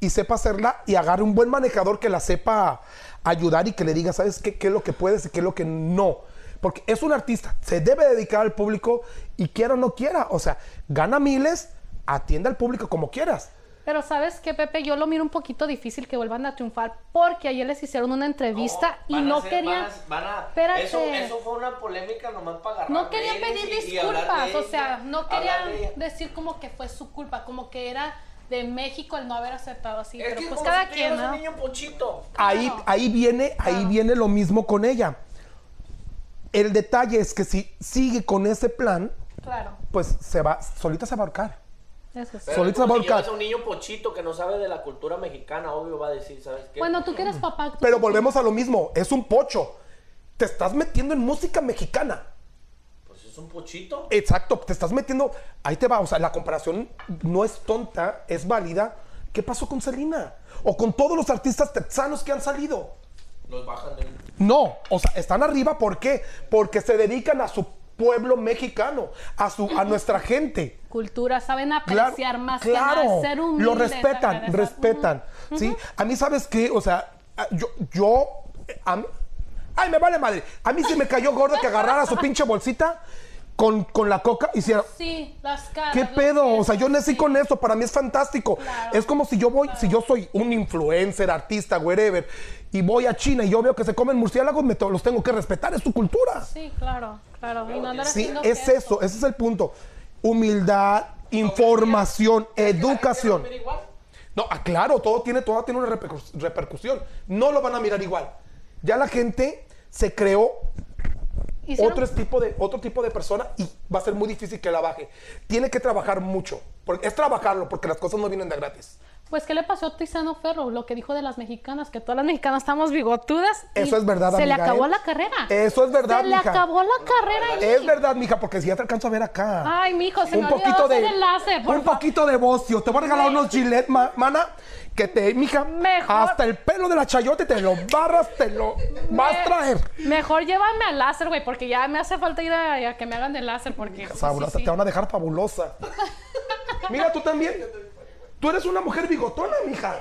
S5: y sepa hacerla y agarre un buen manejador que la sepa ayudar y que le diga, ¿sabes qué, qué es lo que puedes y qué es lo que no? Porque es un artista, se debe dedicar al público y quiera o no quiera. O sea, gana miles, atiende al público como quieras.
S3: Pero sabes qué, Pepe, yo lo miro un poquito difícil que vuelvan a triunfar porque ayer les hicieron una entrevista y
S7: Oh, Van a
S3: no
S7: hacer-
S3: querían...
S7: Van a, van a-
S3: Espérate.
S7: Eso, eso fue una polémica nomás para agarrar.
S3: No quería
S7: ratings
S3: pedir
S7: y- y hablar de
S3: disculpas, o
S7: ella,
S3: sea, no
S7: hablar
S3: quería
S7: de ella.
S3: decir como que fue su culpa, como que era de México el no haber aceptado así,
S7: Es
S3: pero
S7: que
S3: pues
S7: como
S3: cada
S7: si
S3: quien,
S7: tuvieras
S3: ¿no?
S7: un niño pochito.
S5: Ahí,
S3: Claro.
S5: ahí, viene, ahí
S3: Claro.
S5: viene lo mismo con ella. El detalle es que si sigue con ese plan,
S3: Claro,
S5: pues se va, solita se va a ahorcar.
S3: eso sí.
S7: Pero
S5: Solita
S7: es como
S5: se va a
S7: si llevas
S5: ahorcar.
S7: un niño pochito que no sabe de la cultura mexicana, obvio va a decir, ¿sabes qué?
S3: Bueno, tú que eres papá... tú-
S5: Pero volvemos a lo mismo, es un pocho. Te estás metiendo en música mexicana.
S7: pues es un pochito.
S5: Exacto, te estás metiendo. Ahí te va, o sea, la comparación no es tonta, es válida. ¿Qué pasó con Selena? O con todos los artistas texanos que han salido.
S7: Los bajan de
S5: No, o sea, están arriba, ¿por qué? Porque se dedican a su pueblo mexicano, a, su, a nuestra gente.
S3: Cultura, saben
S5: Claro,
S3: apreciar más
S5: claro,
S3: que nada, ser humildes. Mm.
S5: lo
S3: sacar
S5: respetan,
S3: esa-
S5: respetan, ¿sí? A mí, ¿sabes qué? O sea, a- yo, yo, a mí- ay, me vale madre. A mí sí me cayó gordo que agarrara su pinche bolsita con, con la coca y hiciera,
S3: Sí, las caras.
S5: ¿qué
S3: los
S5: pedo? O
S3: gestos,
S5: sea, yo nací
S3: sí.
S5: con esto, para mí es fantástico.
S3: Claro.
S5: Es como si yo voy, si yo soy un influencer, artista, wherever, y voy a China y yo veo que se comen murciélagos, me to- los tengo que respetar, es su cultura.
S3: Sí, claro, claro. Y no andar
S5: Sí,
S3: haciendo
S5: es
S3: gestos.
S5: eso, ese es el punto. Humildad, información, educación.
S7: Pero igual,
S5: No, ah, claro, todo tiene, todo tiene una repercus- repercusión. No lo van a mirar igual. Ya la gente se creó
S3: Hicieron-
S5: otro tipo, de, otro tipo de persona y va a ser muy difícil que la baje. Tiene que trabajar mucho. porque- es trabajarlo porque las cosas no vienen de gratis.
S3: Pues, ¿qué le pasó a Tizano Ferro? Lo que dijo de las mexicanas, que todas las mexicanas estamos bigotudas. y
S5: Eso es verdad,
S3: Se le
S5: amiga,
S3: acabó
S5: ¿eh?
S3: la carrera.
S5: Eso es verdad,
S3: Se le
S5: mija.
S3: acabó la carrera. ahí.
S5: Es verdad, mija, porque si ya te alcanzo a ver acá.
S3: Ay, mijo, se
S5: un
S3: me
S5: poquito
S3: olvidó
S5: de
S3: hacer enlace. por
S5: un
S3: favor.
S5: poquito de bocio. Te voy a regalar unos gilet, ma- mana, que te, mija,
S3: Mejor.
S5: hasta el pelo de la chayote te lo barras, te lo vas a traer.
S3: Mejor llévame al láser, güey, porque ya me hace falta ir a, a que me hagan el láser, porque... pues, sí,
S5: Sabrosa,
S3: sí, sí.
S5: te van a dejar fabulosa. Mira, tú también. Tú eres una mujer bigotona, mija.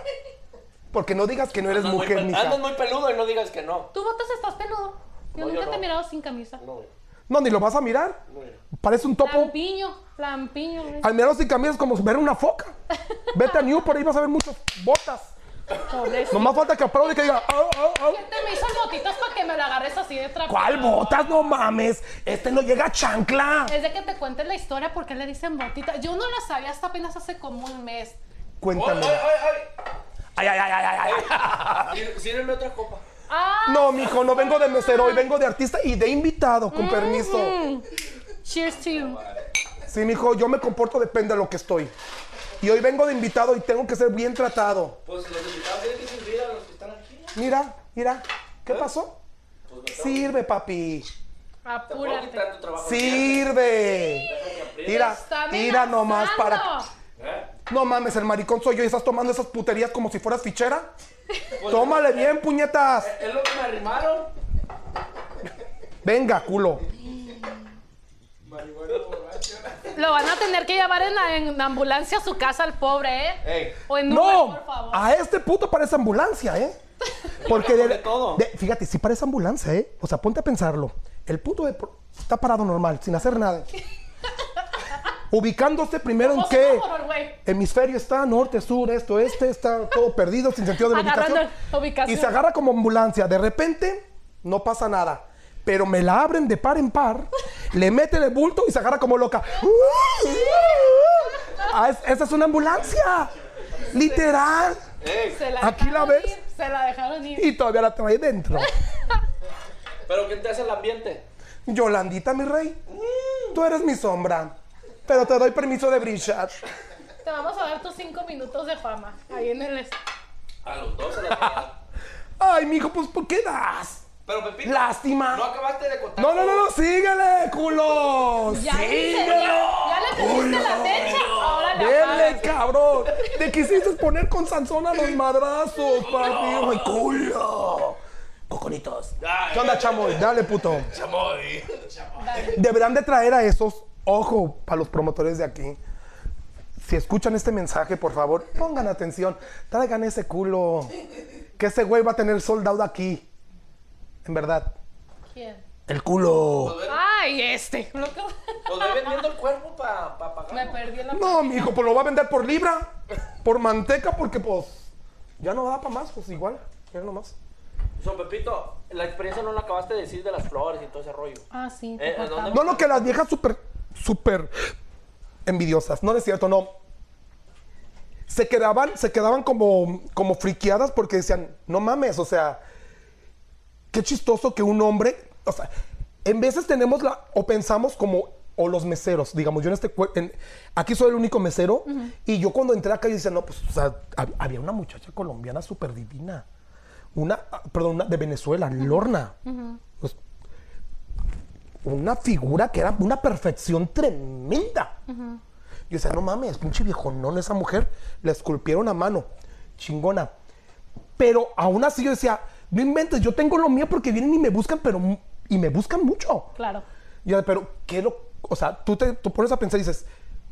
S5: Porque no digas que Ah, no eres
S7: andas muy
S5: mujer,
S7: pel-
S5: mija.
S7: Andas muy peludo y no digas que no.
S3: Tú botas estás peludo. Yo
S7: No, yo
S3: nunca te he
S7: no.
S3: mirado sin camisa.
S5: No, ni lo vas a mirar. Parece un topo.
S3: Lampiño, lampiño, güey.
S5: Al menos sin camisa es como ver una foca. Vete a New, por ahí vas a ver muchas botas.
S3: Pobrecito.
S5: Nomás falta que aplaude y que diga, "Oh, "Au, au, au".
S3: ¿Qué te me hizo el botitas para que me lo agarres así de trapo?
S5: ¿Cuál botas? No mames. Este no llega a chancla.
S3: Es de que te cuentes la historia porque le dicen botitas. Yo no la sabía hasta apenas hace como un mes.
S5: Cuéntame.
S7: Oh, Ay, ay,
S5: Ay, ay, ay, ay, ay, ay.
S7: ay. Sír- Sírveme otra copa.
S3: ¡Ah!
S5: No, mijo, no vengo de mesero, hoy vengo de artista y de invitado,
S7: Mm-hmm.
S5: con permiso.
S3: Cheers to you.
S5: Sí, mijo, yo me comporto depende de lo que estoy. Y hoy vengo de invitado y tengo que ser bien tratado.
S7: Pues los invitados tienen que servir a los que están aquí. ¿Eh? Pues
S5: Mira, mira, ¿qué pasó? Sirve, papi.
S7: Puedo
S3: Apúrate.
S7: quitar tu trabajo.
S5: Sirve. Mira,
S3: Está
S5: mira nomás para.
S3: amenazando.
S5: No mames, el maricón soy yo y estás tomando esas puterías como si fueras fichera. Tómale bien, puñetas.
S7: Es lo que me arrimaron.
S5: Venga, culo.
S3: Lo van a tener que llevar en, la- en ambulancia a su casa al pobre, ¿eh?
S7: Ey.
S3: O en Uber,
S5: No,
S3: por favor.
S5: a este puto parece ambulancia, ¿eh? Porque de,
S7: de todo.
S5: de- fíjate, sí parece ambulancia, ¿eh? O sea, ponte a pensarlo. El puto de pro- está parado normal, sin hacer nada. Ubicándose primero en
S3: Como
S5: qué
S3: semáforo, güey.
S5: hemisferio está, norte, sur, esto, oeste, está todo perdido, sin sentido de la ubicación.
S3: Agarrando la ubicación.
S5: Y se agarra como ambulancia. De repente, no pasa nada. Pero me la abren de par en par, le meten el bulto y se agarra como loca. Ah, es- ¡Esa es una ambulancia! Literal.
S3: Se
S5: Aquí la
S3: dejaron
S5: ves.
S3: ir, Se la dejaron ir.
S5: Y todavía la trae dentro.
S7: ¿Pero qué te hace el ambiente?
S5: Yolandita, mi rey, tú eres mi sombra. Pero te doy permiso de brillar.
S3: Te vamos a dar tus cinco minutos de fama. Ahí en el... est-
S7: A los dos se la da.
S5: Ay, mijo, pues ¿por qué das?
S6: Pero Pepito,
S5: Lástima.
S6: no acabaste de contar.
S5: No, no,
S6: todo.
S5: no, no, síguele, culo.
S3: Ya, dice, ya, ya le prendiste la mecha. Ahora le
S5: Denle,
S3: apagas.
S5: cabrón. Te quisiste poner con Sansón a los madrazos, papi. Ay, culo. Coconitos. ¿Qué onda, chamo? Dale, puto. Deberán de traer a esos, ojo, para los promotores de aquí. Si escuchan este mensaje, por favor, pongan atención. Traigan ese culo. Que ese güey va a tener soldado aquí. En verdad.
S3: ¿Quién?
S5: El culo.
S3: Ay, este. Lo que-
S7: Pues voy vendiendo el cuerpo para pa pagar.
S3: Me perdí en la
S5: No, mijo, pues lo va a vender por libra. Por manteca, porque pues. Ya no da para más, pues igual. Mira nomás.
S7: So, Pepito, la experiencia no la acabaste de decir de las flores y todo ese rollo.
S3: Ah, sí.
S7: Eh, ¿a
S3: cortamos.
S7: dónde
S5: No, no, que las viejas súper, súper envidiosas. No, no es cierto, no. Se quedaban, se quedaban como, como friqueadas porque decían, no mames, o sea, qué chistoso que un hombre, o sea, en veces tenemos la, o pensamos como, o los meseros, digamos, yo en este, cue- en- aquí soy el único mesero, y yo cuando entré acá, yo decía, no, pues, o sea, hab- había una muchacha colombiana súper divina, una, ah, perdón, una de Venezuela, Lorna. Pues, una figura que era una perfección tremenda. Yo decía, no mames, pinche viejonón esa mujer, la esculpieron a mano, chingona. Pero aún así yo decía, no inventes, yo tengo lo mío porque vienen y me buscan, pero mu- y me buscan mucho.
S3: Claro.
S5: Y yo, pero qué lo, o sea, tú te tú pones a pensar y dices,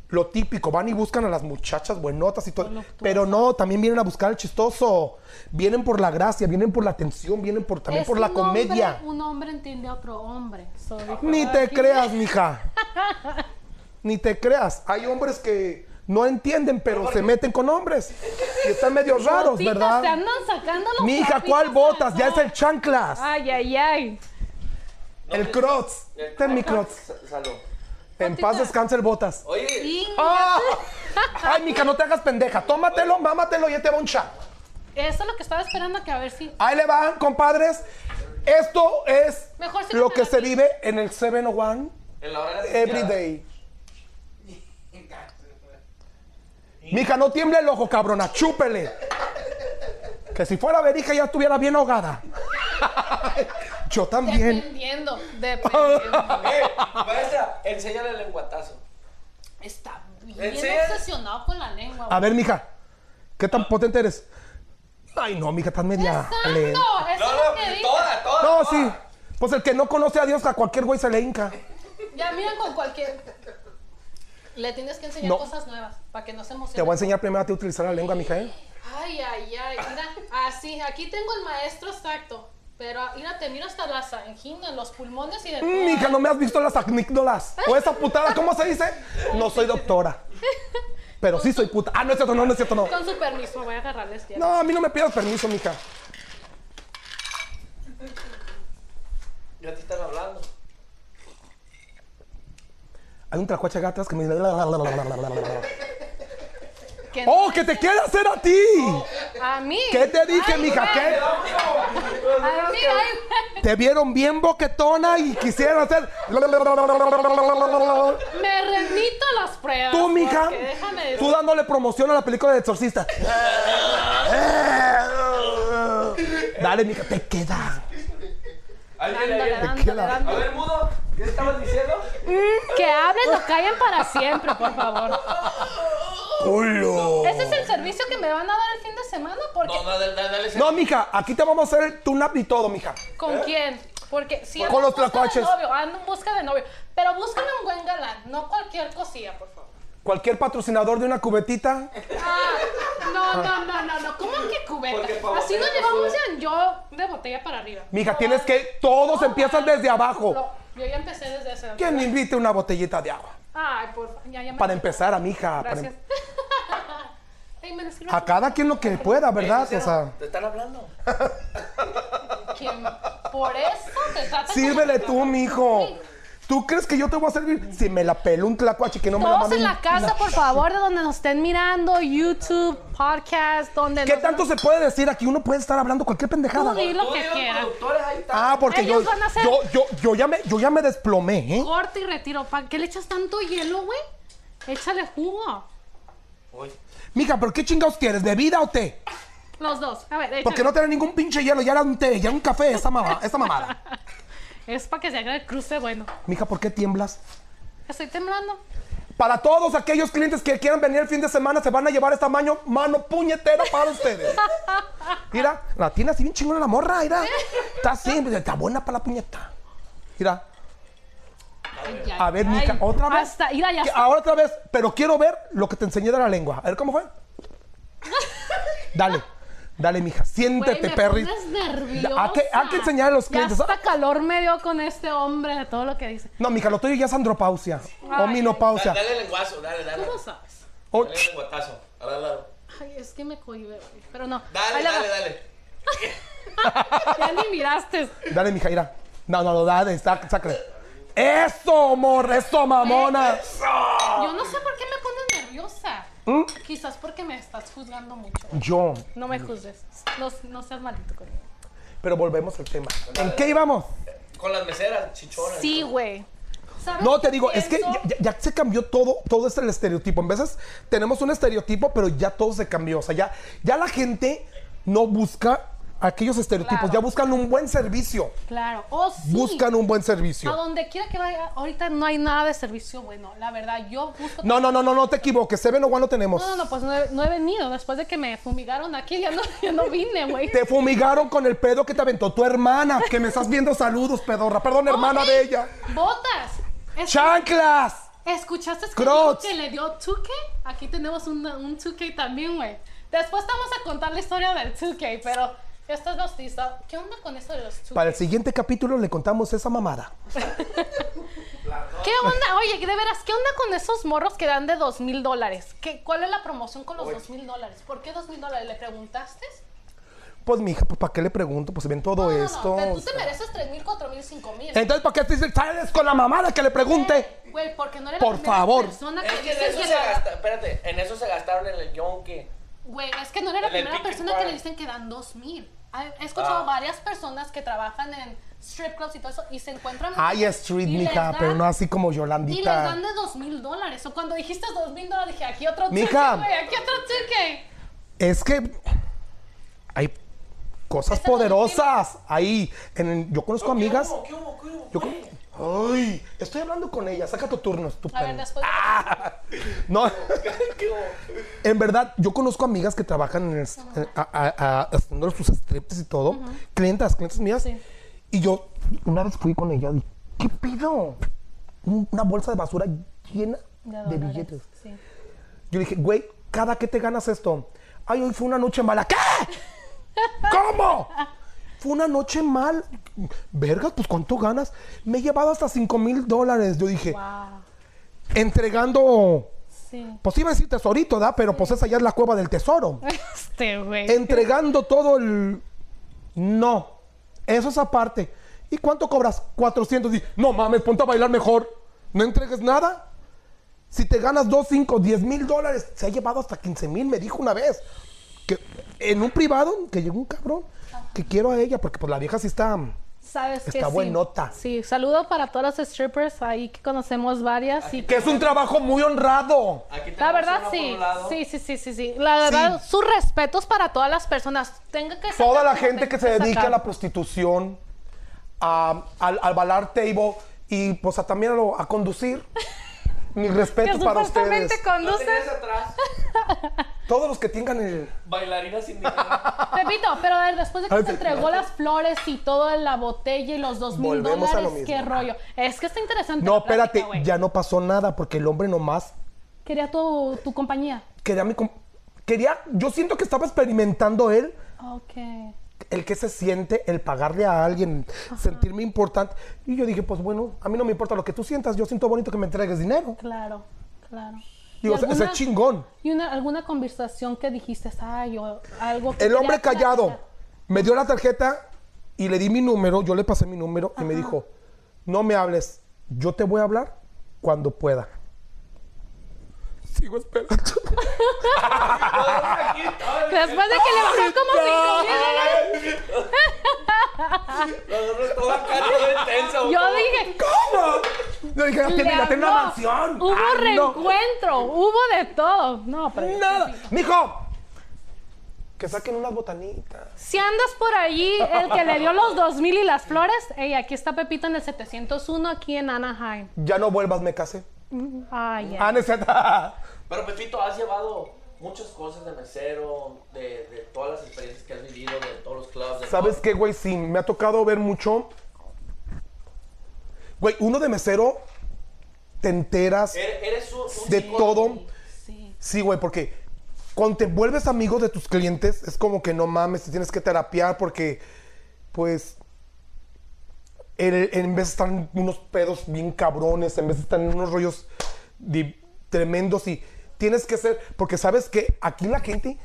S5: lo típico, van y buscan a las muchachas buenotas y todo, pero no, también vienen a buscar al chistoso. Vienen por la gracia, vienen por la atención, vienen por también
S3: Es
S5: por la
S3: un hombre-
S5: comedia.
S3: un hombre entiende a otro hombre. So, dijo, "Ah,
S5: Ni te
S3: aquí-
S5: creas, mija. Ni te creas. Hay hombres que no entienden, pero se meten con hombres. Y están medio raros,
S3: Botitas, Te
S5: ¿verdad?
S3: andan sacando los
S5: Mija,
S3: trapitos
S5: ¿cuál
S3: al
S5: botas? Ya es
S3: sol.
S5: el chanclas.
S3: Ay, ay, ay.
S5: El crocs. Este es mi crocs.
S7: Sa- Salud.
S5: En paz descanse el botas.
S7: Oye,
S3: Y-
S5: ¡Ah! Ay, mija, no te hagas pendeja. Tómatelo, mámatelo y ya te va un chat.
S3: Eso es lo que estaba esperando que a ver si.
S5: Ahí le van, compadres. Esto es
S3: Mejor sí
S5: lo
S3: me
S5: que
S3: la
S5: se
S3: quito.
S5: vive en el 701
S7: en la hora de la
S5: every day. Mija, no tiemble el ojo, cabrona, chúpele. Que si fuera verija ya estuviera bien ahogada. Yo también.
S3: Dependiendo. Dependiendo.
S7: Maestra, enséñale el lenguatazo.
S3: Está bien
S7: Enseña-
S3: obsesionado con la lengua.
S5: A ver, mija, ¿qué tan potente eres? Ay, no, mija, tan media.
S3: Exacto,
S5: le-
S3: eso es lo que digo.
S7: toda, toda.
S5: No, sí. Pues el que no conoce a Dios, a cualquier güey se le hinca.
S3: Ya miran con cualquier. Le tienes que enseñar
S5: No.
S3: cosas nuevas para que no se emocione.
S5: Te voy a enseñar primero a ti a utilizar la lengua, mija, ¿eh?
S3: Ay, ay, ay. Mira, así, aquí tengo el maestro exacto. Pero ah, mira, te miro hasta la angina, los pulmones y de todo.
S5: Mm, Mija, no me has visto las acnícdolas. O esa putada, ¿cómo se dice? No soy doctora. Pero sí soy puta. Ah, no es cierto, no, no es cierto, no.
S3: Con su permiso, voy a este. agarrarles ya.
S5: No, a mí no me pidas permiso, mija.
S7: Ya te están hablando.
S5: Hay un tracuache acá atrás que me dice.
S3: Que no-
S5: ¡Oh, que te quiere hacer a ti!
S3: A mí.
S5: ¿Qué te dije,
S3: Ay,
S5: mija?
S3: güey.
S5: ¿Qué?
S3: A mí, ay, güey.
S5: Te vieron bien boquetona y quisieron hacer.
S3: Me remito a las pruebas.
S5: Tú, mija,
S3: porque Ah, Déjame
S5: tú dándole promoción a la película de Exorcista. Dale, mija, te queda.
S7: Alguien
S3: Dándole,
S7: ahí.
S3: dándole,
S5: queda.
S7: A
S3: dándole.
S7: ver, mudo, ¿qué estabas diciendo?
S3: Que hablen o callen para siempre, por favor.
S5: ¡Culo!
S3: Ese es el servicio que me van a dar el fin de semana porque
S7: No, no, dale, dale.
S5: No, mija, aquí te vamos a hacer el tune-up y todo, mija.
S3: ¿Con quién? Porque si
S5: ¿Eh? Con los
S3: tlacuaches.
S5: tlacuaches.
S3: novio, ando en busca de novio. Pero búscame un buen galán, no cualquier cosilla, por favor.
S5: Cualquier patrocinador de una cubetita.
S3: Ah, no, no, no, no, no. ¿Cómo que
S7: Porque
S3: cubeta?
S7: pa'
S3: Así nos
S7: botella,
S3: llevamos
S7: pues,
S3: ya, yo de botella para arriba.
S5: Mija, tienes que. Todos empiezan desde
S3: No,
S5: abajo.
S3: yo ya empecé desde ese.
S5: Que me invite una botellita de agua.
S3: Ay, por favor, ya, ya me-
S5: Para empezar, a mija. para
S3: Gracias.
S5: em-
S3: Ay, me describe
S5: A cada quien lo que pueda, ¿verdad? O sea,
S7: Te están hablando.
S3: quién. Por eso te tratan como-
S5: sírvele tú, mijo. ¿Tú crees que yo te voy a servir? Si me la peló un tlacuache que no me la
S3: Todos
S5: mame
S3: en
S5: un-
S3: la casa, por favor, de donde nos estén mirando, YouTube, podcast, donde
S5: ¿Qué
S3: nos-
S5: tanto se puede decir aquí? Uno puede estar hablando cualquier pendejada.
S3: Tú di lo que
S7: Los
S3: quieran.
S7: productores ahí están.
S5: Ah, porque yo,
S3: Ellos van a hacer-
S5: yo, yo, yo ya me, yo ya me desplomé, ¿eh?
S3: Corte y retiro. ¿Para qué le echas tanto hielo, güey? Échale jugo.
S7: Uy,
S5: Mija, ¿pero qué chingados quieres? ¿Bebida o té?
S3: Los dos. A ver, échale.
S5: Porque no tenés ningún pinche hielo, ya era un té, ya era un café, esa, mama- esa mamada.
S3: Es para que se haga el cruce bueno.
S5: Mija, ¿por qué tiemblas?
S3: Estoy temblando.
S5: Para todos aquellos clientes que quieran venir el fin de semana, se van a llevar esta mano, mano puñetera para ustedes. Mira, la tiene así bien chingona la morra, mira. Está así, está buena para la puñeta. Mira, a ver,
S3: Ay,
S5: mija, otra vez.
S3: Hasta, mira, ya
S5: Que
S3: está.
S5: Ahora otra vez, pero quiero ver lo que te enseñé de la lengua. A ver cómo fue. Dale, dale, mija,
S3: Güey,
S5: siéntete,
S3: me
S5: perri.
S3: pones nerviosa.
S5: Hay que, hay que enseñar a los clientes.
S3: Ya hasta calor me dio con este hombre de todo lo que dice.
S5: No, mija, lo tuyo ya es andropausia o
S3: Ay.
S5: menopausia.
S7: dale el lenguazo, dale, dale.
S3: ¿Cómo sabes?
S5: O-
S7: Dale el lenguatazo. Dale, dale.
S3: Ay, es que me cohibe, güey. Pero no.
S7: Dale,
S3: Ahí le va.
S7: dale, dale.
S3: Ya ni miraste.
S5: Dale, mija, mira. No, no, no, dale, sac- sácale. ¡Eso, morra! ¡Eso, mamona! Ah.
S3: Yo no sé por qué me pones nerviosa.
S5: ¿Mm?
S3: Quizás porque me estás juzgando mucho.
S5: Yo.
S3: No me juzgues. No, no seas malito conmigo.
S5: Pero volvemos al tema. ¿En qué íbamos?
S7: Con las meseras, chichonas.
S3: Sí, güey. ¿Sabes
S5: No, te
S3: qué
S5: digo, es que
S3: pienso?
S5: ya, ya- ya se cambió todo, todo es el estereotipo. En veces tenemos un estereotipo, pero ya todo se cambió. O sea, ya, ya la gente no busca aquellos estereotipos,
S3: Claro.
S5: ya buscan un buen servicio.
S3: Claro. Oh, sí.
S5: Buscan un buen
S3: A
S5: servicio.
S3: donde quiera que vaya, ahorita no hay nada de servicio bueno. La verdad, yo busco.
S5: No, no, no, no, no te equivoques. Seven o One lo tenemos.
S3: No, no, no, pues no he, no he venido. Después de que me fumigaron aquí, ya no, ya no vine, güey.
S5: Te fumigaron con el pedo que te aventó tu hermana, que me estás viendo saludos, pedorra. Perdón, hermana
S3: Ok.
S5: de ella.
S3: ¡Botas! Es-
S5: ¡Chanclas!
S3: ¿Escuchaste que,
S5: Crocs.
S3: dijo que le dio 2K? Aquí tenemos un, un 2K también, güey. Después te vamos a contar la historia del 2K, pero esto es bautiza. ¿Qué onda con eso de los 2K?
S5: Para el siguiente capítulo le contamos esa mamada.
S3: ¿Qué onda? Oye, de veras, ¿qué onda con esos morros que dan de dos mil dólares? ¿Qué- ¿Cuál es la promoción con los dos mil dólares? ¿Por qué dos mil dólares? ¿Le preguntaste?
S5: Pues, mija, pues, ¿para qué le pregunto? Pues, ven todo
S3: No, no, no,
S5: esto.
S3: pero tú te mereces tres mil, cuatro mil, cinco mil. Eh,
S5: Entonces, ¿para qué te dices, sales con la mamada que le pregunte?
S3: Güey, porque no eres
S5: Por
S3: la primera
S5: favor.
S3: persona que
S7: Es que en
S3: dices
S7: eso
S3: que
S7: se
S3: le da-
S7: gastaron, espérate, en eso se gastaron en el yonke.
S3: Güey, es que no era la
S7: En el
S3: primera
S7: Tiki
S3: persona que
S7: Bar.
S3: le dicen que dan dos mil. Ay, He escuchado
S7: Ah.
S3: varias personas que trabajan en strip clubs y todo eso y se encuentran.
S5: Ay, Ah, street,
S3: y les
S5: mija,
S3: dan-
S5: pero no así como
S3: Y les dan
S5: Yolandita.
S3: de dos mil dólares. O cuando dijiste dos mil dólares, dije, aquí otro
S5: Mija.
S3: ticket, güey, aquí otro ticket.
S5: Es que hay cosas
S3: Esa es la
S5: poderosas ahí. En- yo conozco amigas.
S7: ¿Qué hubo? ¿Qué hubo?
S5: Yo con- Ay, estoy hablando con ella. Saca tu
S3: A
S5: turno,
S3: ver,
S5: estúpido.
S3: después.
S5: No. en verdad, yo conozco amigas que trabajan en el, en- a- a- a- haciendo sus strips y todo. Clientas, clientas mías.
S3: Sí.
S5: Y yo una vez fui con ella y ¿qué pido? Un- Una bolsa de basura llena de,
S3: dólares,
S5: billetes.
S3: sí.
S5: Yo le dije, güey, ¿cada que te ganas esto? Ay, hoy fue una noche mala. ¿Qué? ¿Cómo? Fue una noche mal. Vergas, pues ¿cuánto ganas? Me he llevado hasta 5 mil dólares. Yo dije,
S3: Wow.
S5: entregando
S3: Sí.
S5: pues iba a decir tesorito, ¿da? Pero pues esa ya es la cueva del tesoro.
S3: Este, güey.
S5: Entregando todo el... No, eso es aparte. ¿Y cuánto cobras? 400. Y- No mames, ponte a bailar mejor. No entregues nada. Si te ganas 2, 5, 10 mil dólares, se ha llevado hasta 15 mil, me dijo una vez. Que en un privado, que llegó un cabrón, que quiero a ella, porque pues la vieja sí está...
S3: Sabes que
S5: está
S3: sí.
S5: buenota.
S3: Sí, saludo para todas las strippers ahí que conocemos varias. Y
S5: Que es un trabajo muy honrado.
S7: Aquí tenemos
S3: La verdad
S7: uno por
S3: sí,
S7: un lado.
S3: sí, sí, sí, sí, sí. La verdad, sus respetos para todas las personas. Tenga que
S5: Toda
S3: sacar
S5: la
S3: lo
S5: gente
S3: tenga
S5: que se dedica a
S3: sacar.
S5: la prostitución, a- al, al balar table y pues a también a, lo- a conducir. Mis respetos
S3: que
S5: para
S3: supuestamente
S5: ustedes.
S7: ¿No
S3: conduce.
S7: tenías atrás?
S5: Todos los que tengan el...
S7: Bailarinas sin dinero.
S3: Repito, pero a ver, después de
S5: A
S3: que
S5: ver,
S3: se
S5: te-
S3: entregó las flores y todo en la botella y los dos mil
S5: Volvemos a lo
S3: dólares,
S5: mismo.
S3: qué rollo. Es que está interesante.
S5: No,
S3: la plática,
S5: espérate,
S3: güey.
S5: ya no pasó nada porque el hombre nomás
S3: Quería tu, tu compañía.
S5: quería mi... com- Quería... Yo siento que estaba experimentando él
S3: Ok.
S5: el que se siente, el pagarle a alguien, sentirme importante. Y yo dije, pues bueno, a mí no me importa lo que tú sientas, yo siento bonito que me entregues dinero.
S3: Claro, claro.
S5: Digo,
S3: ¿Y
S5: o sea, ese
S3: alguna-
S5: es chingón.
S3: ¿Y una, alguna conversación que dijiste? Ah, yo, algo que
S5: El hombre
S3: quería
S5: callado
S3: platicar"?
S5: me dio la tarjeta y le di mi número, yo le pasé mi número y me dijo, no me hables, yo te voy a hablar cuando pueda. Sigo esperando.
S3: Después Pues, de que le bajó como cinco mil dólares,
S6: Todo acá todo intenso.
S3: yo dije,
S5: No dije, "Ah, que
S3: le
S5: mira, tengo una
S3: habló.
S5: mansión.
S3: Hubo
S5: Ah, no.
S3: reencuentro, hubo de todo. No, pero
S5: Nada. Mijo, que saquen unas botanitas.
S3: Si andas por allí, el que le dio los 2000 y las flores, hey, aquí está Pepito en el 701, aquí en Anaheim.
S5: Ya no vuelvas, me casé.
S3: Ay, ya.
S5: Ah, no es cierto.
S7: Pero Pepito, has llevado muchas cosas de mesero, de, de todas las experiencias que has vivido, de todos los clubs. De
S5: ¿Sabes
S7: todo.
S5: qué, güey? Sí, me ha tocado ver mucho. Güey, uno de mesero, te enteras.
S7: Eres, Er-, eres un, un
S5: de
S7: chico-
S5: todo. Sí, güey, porque cuando te vuelves amigo de tus clientes, es como que no mames, te tienes que terapiar porque, pues, el- en vez están unos pedos bien cabrones, en vez están unos rollos di- tremendos y tienes que ser, porque sabes que aquí la gente,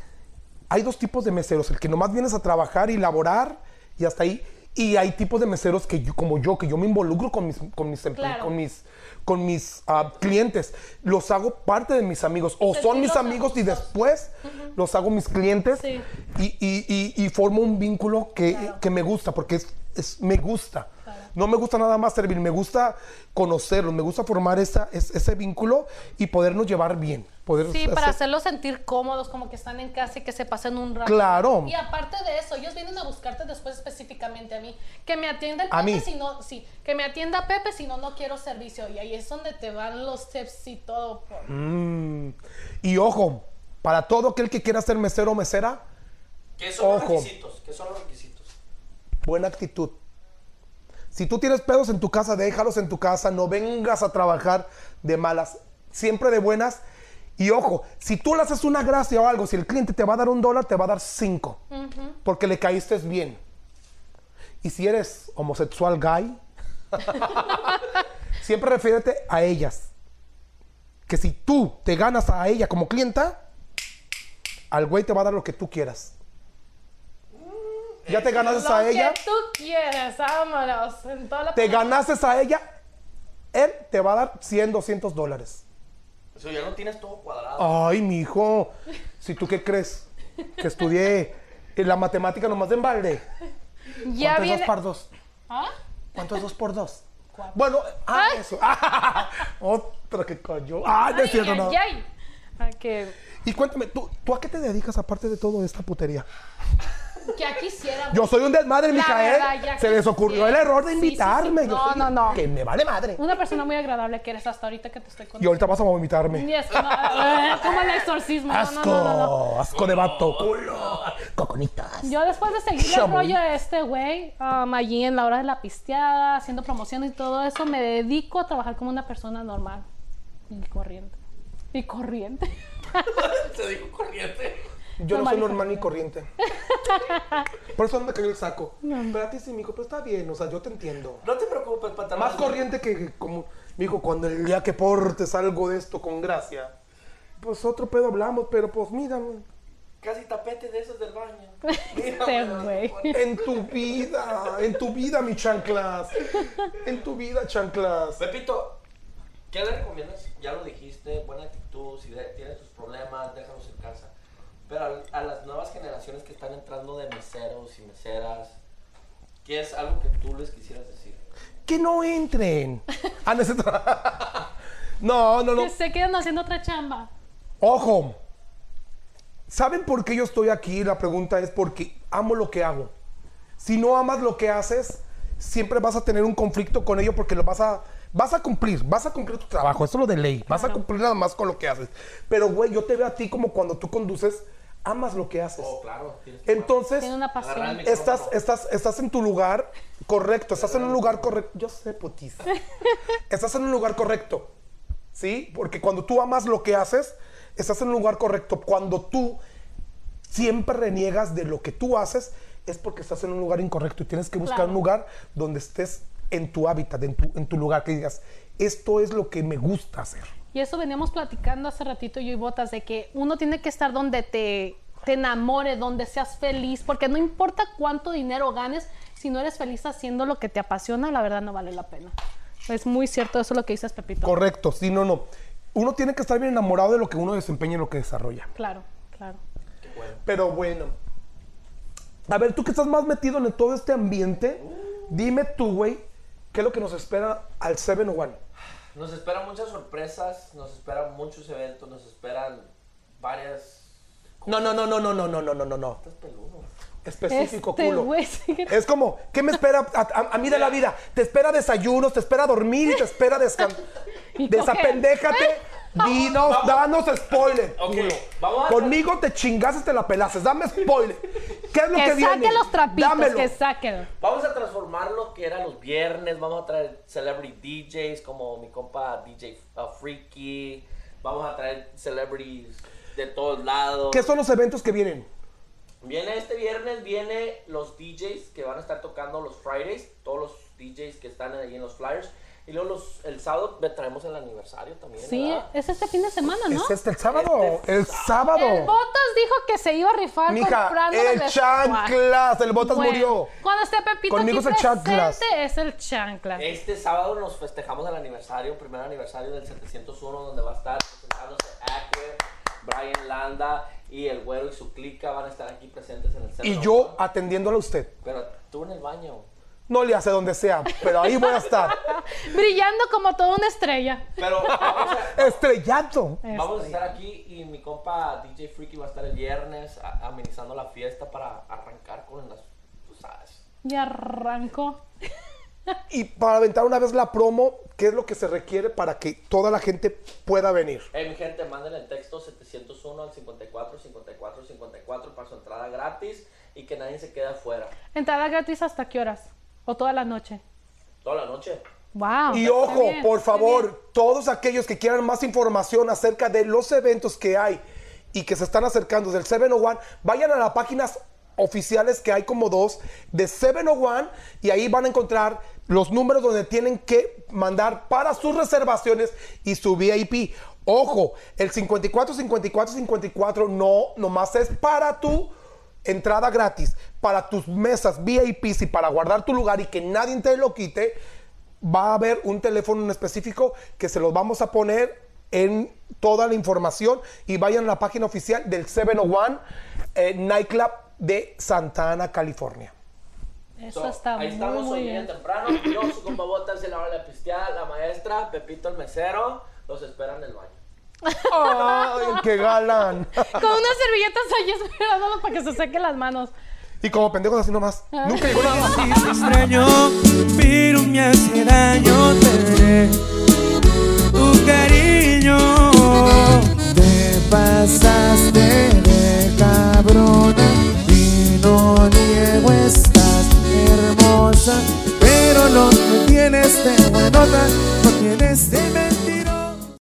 S5: hay dos tipos de meseros, el que nomás vienes a trabajar y laborar y hasta ahí. Y hay tipos de meseros que yo- como yo, que yo me involucro con mis, con mis, emple-
S3: Claro.
S5: con mis, con mis ah, clientes. Los hago parte de mis amigos. O
S3: Sentir
S5: son mis
S3: los
S5: amigos y después los hago mis clientes.
S3: Sí.
S5: Y, y- y- y formo un vínculo que, que me gusta, porque es, es- me gusta. No me gusta nada más servir, me gusta conocerlos, me gusta formar esa, es- ese vínculo y podernos llevar bien. Poder
S3: Sí, para
S5: hacer-
S3: hacerlos sentir cómodos, como que están en casa y que se pasen un rato.
S5: Claro.
S3: Y aparte de eso, ellos vienen a buscarte después específicamente a mí. Que me atienda el
S5: A
S3: Pepe
S5: mí.
S3: si no, sí, que me atienda Pepe si no, no quiero servicio. Y ahí es donde te van los tips y todo. por-
S5: Y ojo, para todo aquel que quiera ser mesero o mesera,
S7: ¿Qué son los
S5: Ojo.
S7: requisitos? ¿Qué son los requisitos?
S5: buena actitud. Si tú tienes pedos en tu casa, déjalos en tu casa, no vengas a trabajar de malas, siempre de buenas. Y ojo, si tú le haces una gracia o algo, si el cliente te va a dar un dólar, te va a dar cinco, porque le caíste bien. Y si eres homosexual gay, siempre refiérete a ellas. Que si tú te ganas a ella como clienta, al güey te va a dar lo que tú quieras.
S3: Mm,
S5: Ya te ganaste
S3: Lo
S5: a ella
S3: que tú quieras, vámonos. En toda la
S5: te
S3: palabra.
S5: ganases a ella, él te va a dar 100, 200 dólares.
S7: Eso ya no tienes todo cuadrado.
S5: Ay, mijo, si tú qué crees, que estudié en la matemática nomás de embalde.
S3: Ya
S5: ¿Cuánto es
S3: viene.
S5: dos por dos?
S3: ¿Ah?
S5: ¿Cuánto es dos por dos? Bueno, ah,
S3: Ay.
S5: eso. Otra que cayó. Ay, Ah, no es cierto,
S3: ay,
S5: no.
S3: ay, ay. Ay, que,
S5: Y cuéntame, ¿tú, ¿tú a qué te dedicas aparte de todo esta putería?
S3: que aquí quisiera.
S5: Yo soy un desmadre,
S3: La verdad,
S5: Micael.
S3: ya
S5: Se les ocurrió el
S3: quisiera.
S5: error de
S3: Sí, sí, sí.
S5: invitarme. Yo
S3: No,
S5: soy-
S3: no, no.
S5: Que me vale madre.
S3: Una persona muy agradable que eres hasta ahorita que te estoy
S5: Y
S3: contando.
S5: ahorita vas a vomitarme.
S3: eh, como el exorcismo. No,
S5: Asco,
S3: no, no, no, no.
S5: asco de vato, culo, coconitas.
S3: Yo después de seguir el
S5: Chamoy.
S3: rollo de este güey, um, allí en la hora de la pisteada, haciendo promoción y todo eso, me dedico a trabajar como una persona normal y corriente. Y corriente.
S7: Te digo corriente.
S5: Yo no
S3: Normal
S5: soy
S3: y
S5: normal ni corriente. Por eso no me cayó el saco. Espérate, sí, mijo, pero está bien, o sea, yo te entiendo.
S7: No te preocupes, patrón.
S5: Más corriente que como, mijo, cuando el día que portes algo de esto con gracia, pues otro pedo hablamos, pero pues mírame,
S7: Casi tapete de esos del baño.
S3: Este güey.
S5: en tu vida, en tu vida, mi chanclas, en tu vida, chanclas.
S7: Pepito, ¿qué le recomiendas? Ya lo dijiste, buena actitud, si de- tienes tus problemas, déjalos en casa. Pero al- a, las nuevas generaciones que están entrando de meseros y meseras, ¿qué es algo que tú les quisieras decir?
S5: Que no entren. Ah, no, es otro. no, no, no.
S3: Que se quedan haciendo otra chamba.
S5: Ojo, ¿saben por qué yo estoy aquí? La pregunta es porque amo lo que hago. Si no amas lo que haces, siempre vas a tener un conflicto con ello porque lo vas a, vas a cumplir, vas a cumplir tu trabajo, eso es lo de ley, vas a cumplir nada más con lo que haces. Pero güey, yo te veo a ti como cuando tú conduces, amas lo que haces.
S7: Oh, claro. tienes que-
S5: Entonces,
S3: Tiene una
S7: Agarrar el
S3: pasión.
S7: micrófono.
S5: estás, estás, estás en tu lugar correcto, estás en un lugar correcto. Yo sé, putiza. estás en un lugar correcto, ¿sí? Porque cuando tú amas lo que haces, estás en un lugar correcto. Cuando tú siempre reniegas de lo que tú haces, es porque estás en un lugar incorrecto y tienes que buscar
S3: Claro.
S5: un lugar donde estés en tu hábitat, en tu, en tu lugar, que digas, esto es lo que me gusta hacer.
S3: Y eso veníamos platicando hace ratito yo y Botas, de que uno tiene que estar donde te, te enamore, donde seas feliz, porque no importa cuánto dinero ganes, si no eres feliz haciendo lo que te apasiona, la verdad no vale la pena. Es muy cierto eso lo que dices, Pepito.
S5: Correcto, sí, no, no. Uno tiene que estar bien enamorado de lo que uno desempeña y lo que desarrolla.
S3: Claro, claro.
S5: Pero bueno. A ver, tú que estás más metido en todo este ambiente, dime tú, güey, ¿qué es lo que nos espera al 701?
S2: Nos esperan muchas sorpresas, nos esperan muchos eventos, nos esperan varias.
S5: No, no, no, no, no, no, no, no, no, no, no. Específico,
S3: Este
S5: culo.
S3: güey sigue-
S5: Es como, ¿qué me espera a, a- a mí de la vida? Te espera desayunos, te espera dormir y te espera descansar.
S3: Y
S5: Desapendéjate. Dinos, danos spoiler.
S2: Ok,
S5: culo.
S2: vamos a-
S5: Conmigo te chingaste, te la pelaste. Dame spoiler. ¿Qué es lo que,
S3: Que
S5: viene?
S3: saquen los trapitos,
S5: Dámelo.
S3: que saquen.
S2: Vamos a transformar lo que eran los viernes, vamos a traer celebrity DJs como mi compa DJ uh, Freaky, vamos a traer celebrities de todos lados.
S5: ¿Qué son los eventos que vienen?
S2: Viene este viernes, viene los DJs que van a estar tocando los Fridays, todos los DJs que están ahí en los flyers. Y luego los, el sábado me traemos el aniversario también.
S3: Sí,
S2: ¿verdad?
S3: es este fin de semana, ¿no?
S5: ¿Es este el sábado? el sábado.
S3: El Botas dijo que se iba a rifar
S5: Mija,
S3: comprando
S5: el chanclas, el botas
S3: Bueno,
S5: murió.
S3: Cuando esté Pepito
S5: Conmigo es
S3: aquí
S5: el chanclas.
S3: presente, es el chancla.
S2: Este sábado nos festejamos el aniversario, primer aniversario del 701, donde va a estar presentándose Acker, Brian Landa y el güero y su clica van a estar aquí presentes en el centro.
S5: Y yo ah. atendiéndola a usted.
S2: Pero tú en el baño.
S5: No le hace donde sea, pero ahí voy a estar.
S3: Brillando como toda una estrella. Este,
S2: Pero vamos a,
S5: Estrellado.
S2: vamos a estar aquí y mi compa DJ Freaky va a estar el viernes a- amenizando la fiesta para arrancar con las. Tú sabes.
S3: Y arrancó.
S5: Y para aventar una vez la promo, ¿qué es lo que se requiere para que toda la gente pueda venir?
S2: Eh, mi gente, manden el texto 701 al 54 54 54 para su entrada gratis y que nadie se quede afuera.
S3: Entrada gratis hasta qué horas? O toda la noche.
S2: Toda la noche.
S3: Wow.
S5: Y
S3: está
S5: ojo,
S3: bien,
S5: por
S3: está bien.
S5: favor, todos aquellos que quieran más información acerca de los eventos que hay y que se están acercando del 701, vayan a las páginas oficiales que hay como dos de 701 y ahí van a encontrar los números donde tienen que mandar para sus reservaciones y su VIP. Ojo, el 54 54 54 no nomás es para tu entrada gratis para tus mesas VIPs y para guardar tu lugar y que nadie te lo quite, va a haber un teléfono en específico que se los vamos a poner en toda la información y vayan a la página oficial del 701 eh, Nightclub de Santa Ana, California.
S3: Eso
S2: So,
S3: está
S2: ahí
S3: muy,
S2: estamos
S3: muy
S2: hoy
S3: bien.
S2: bien temprano. Yo, su compa Botas, el hora de la pisteada, la maestra, Pepito el mesero, los esperan en el baño.
S5: ¡Ay, qué galán!
S3: Con unas servilletas ahí esperándolo para que se seque las manos.
S5: y como pendejos así nomás. Nunca llegó nada más.
S1: Si te extraño, virus me hace daño, tener tu cariño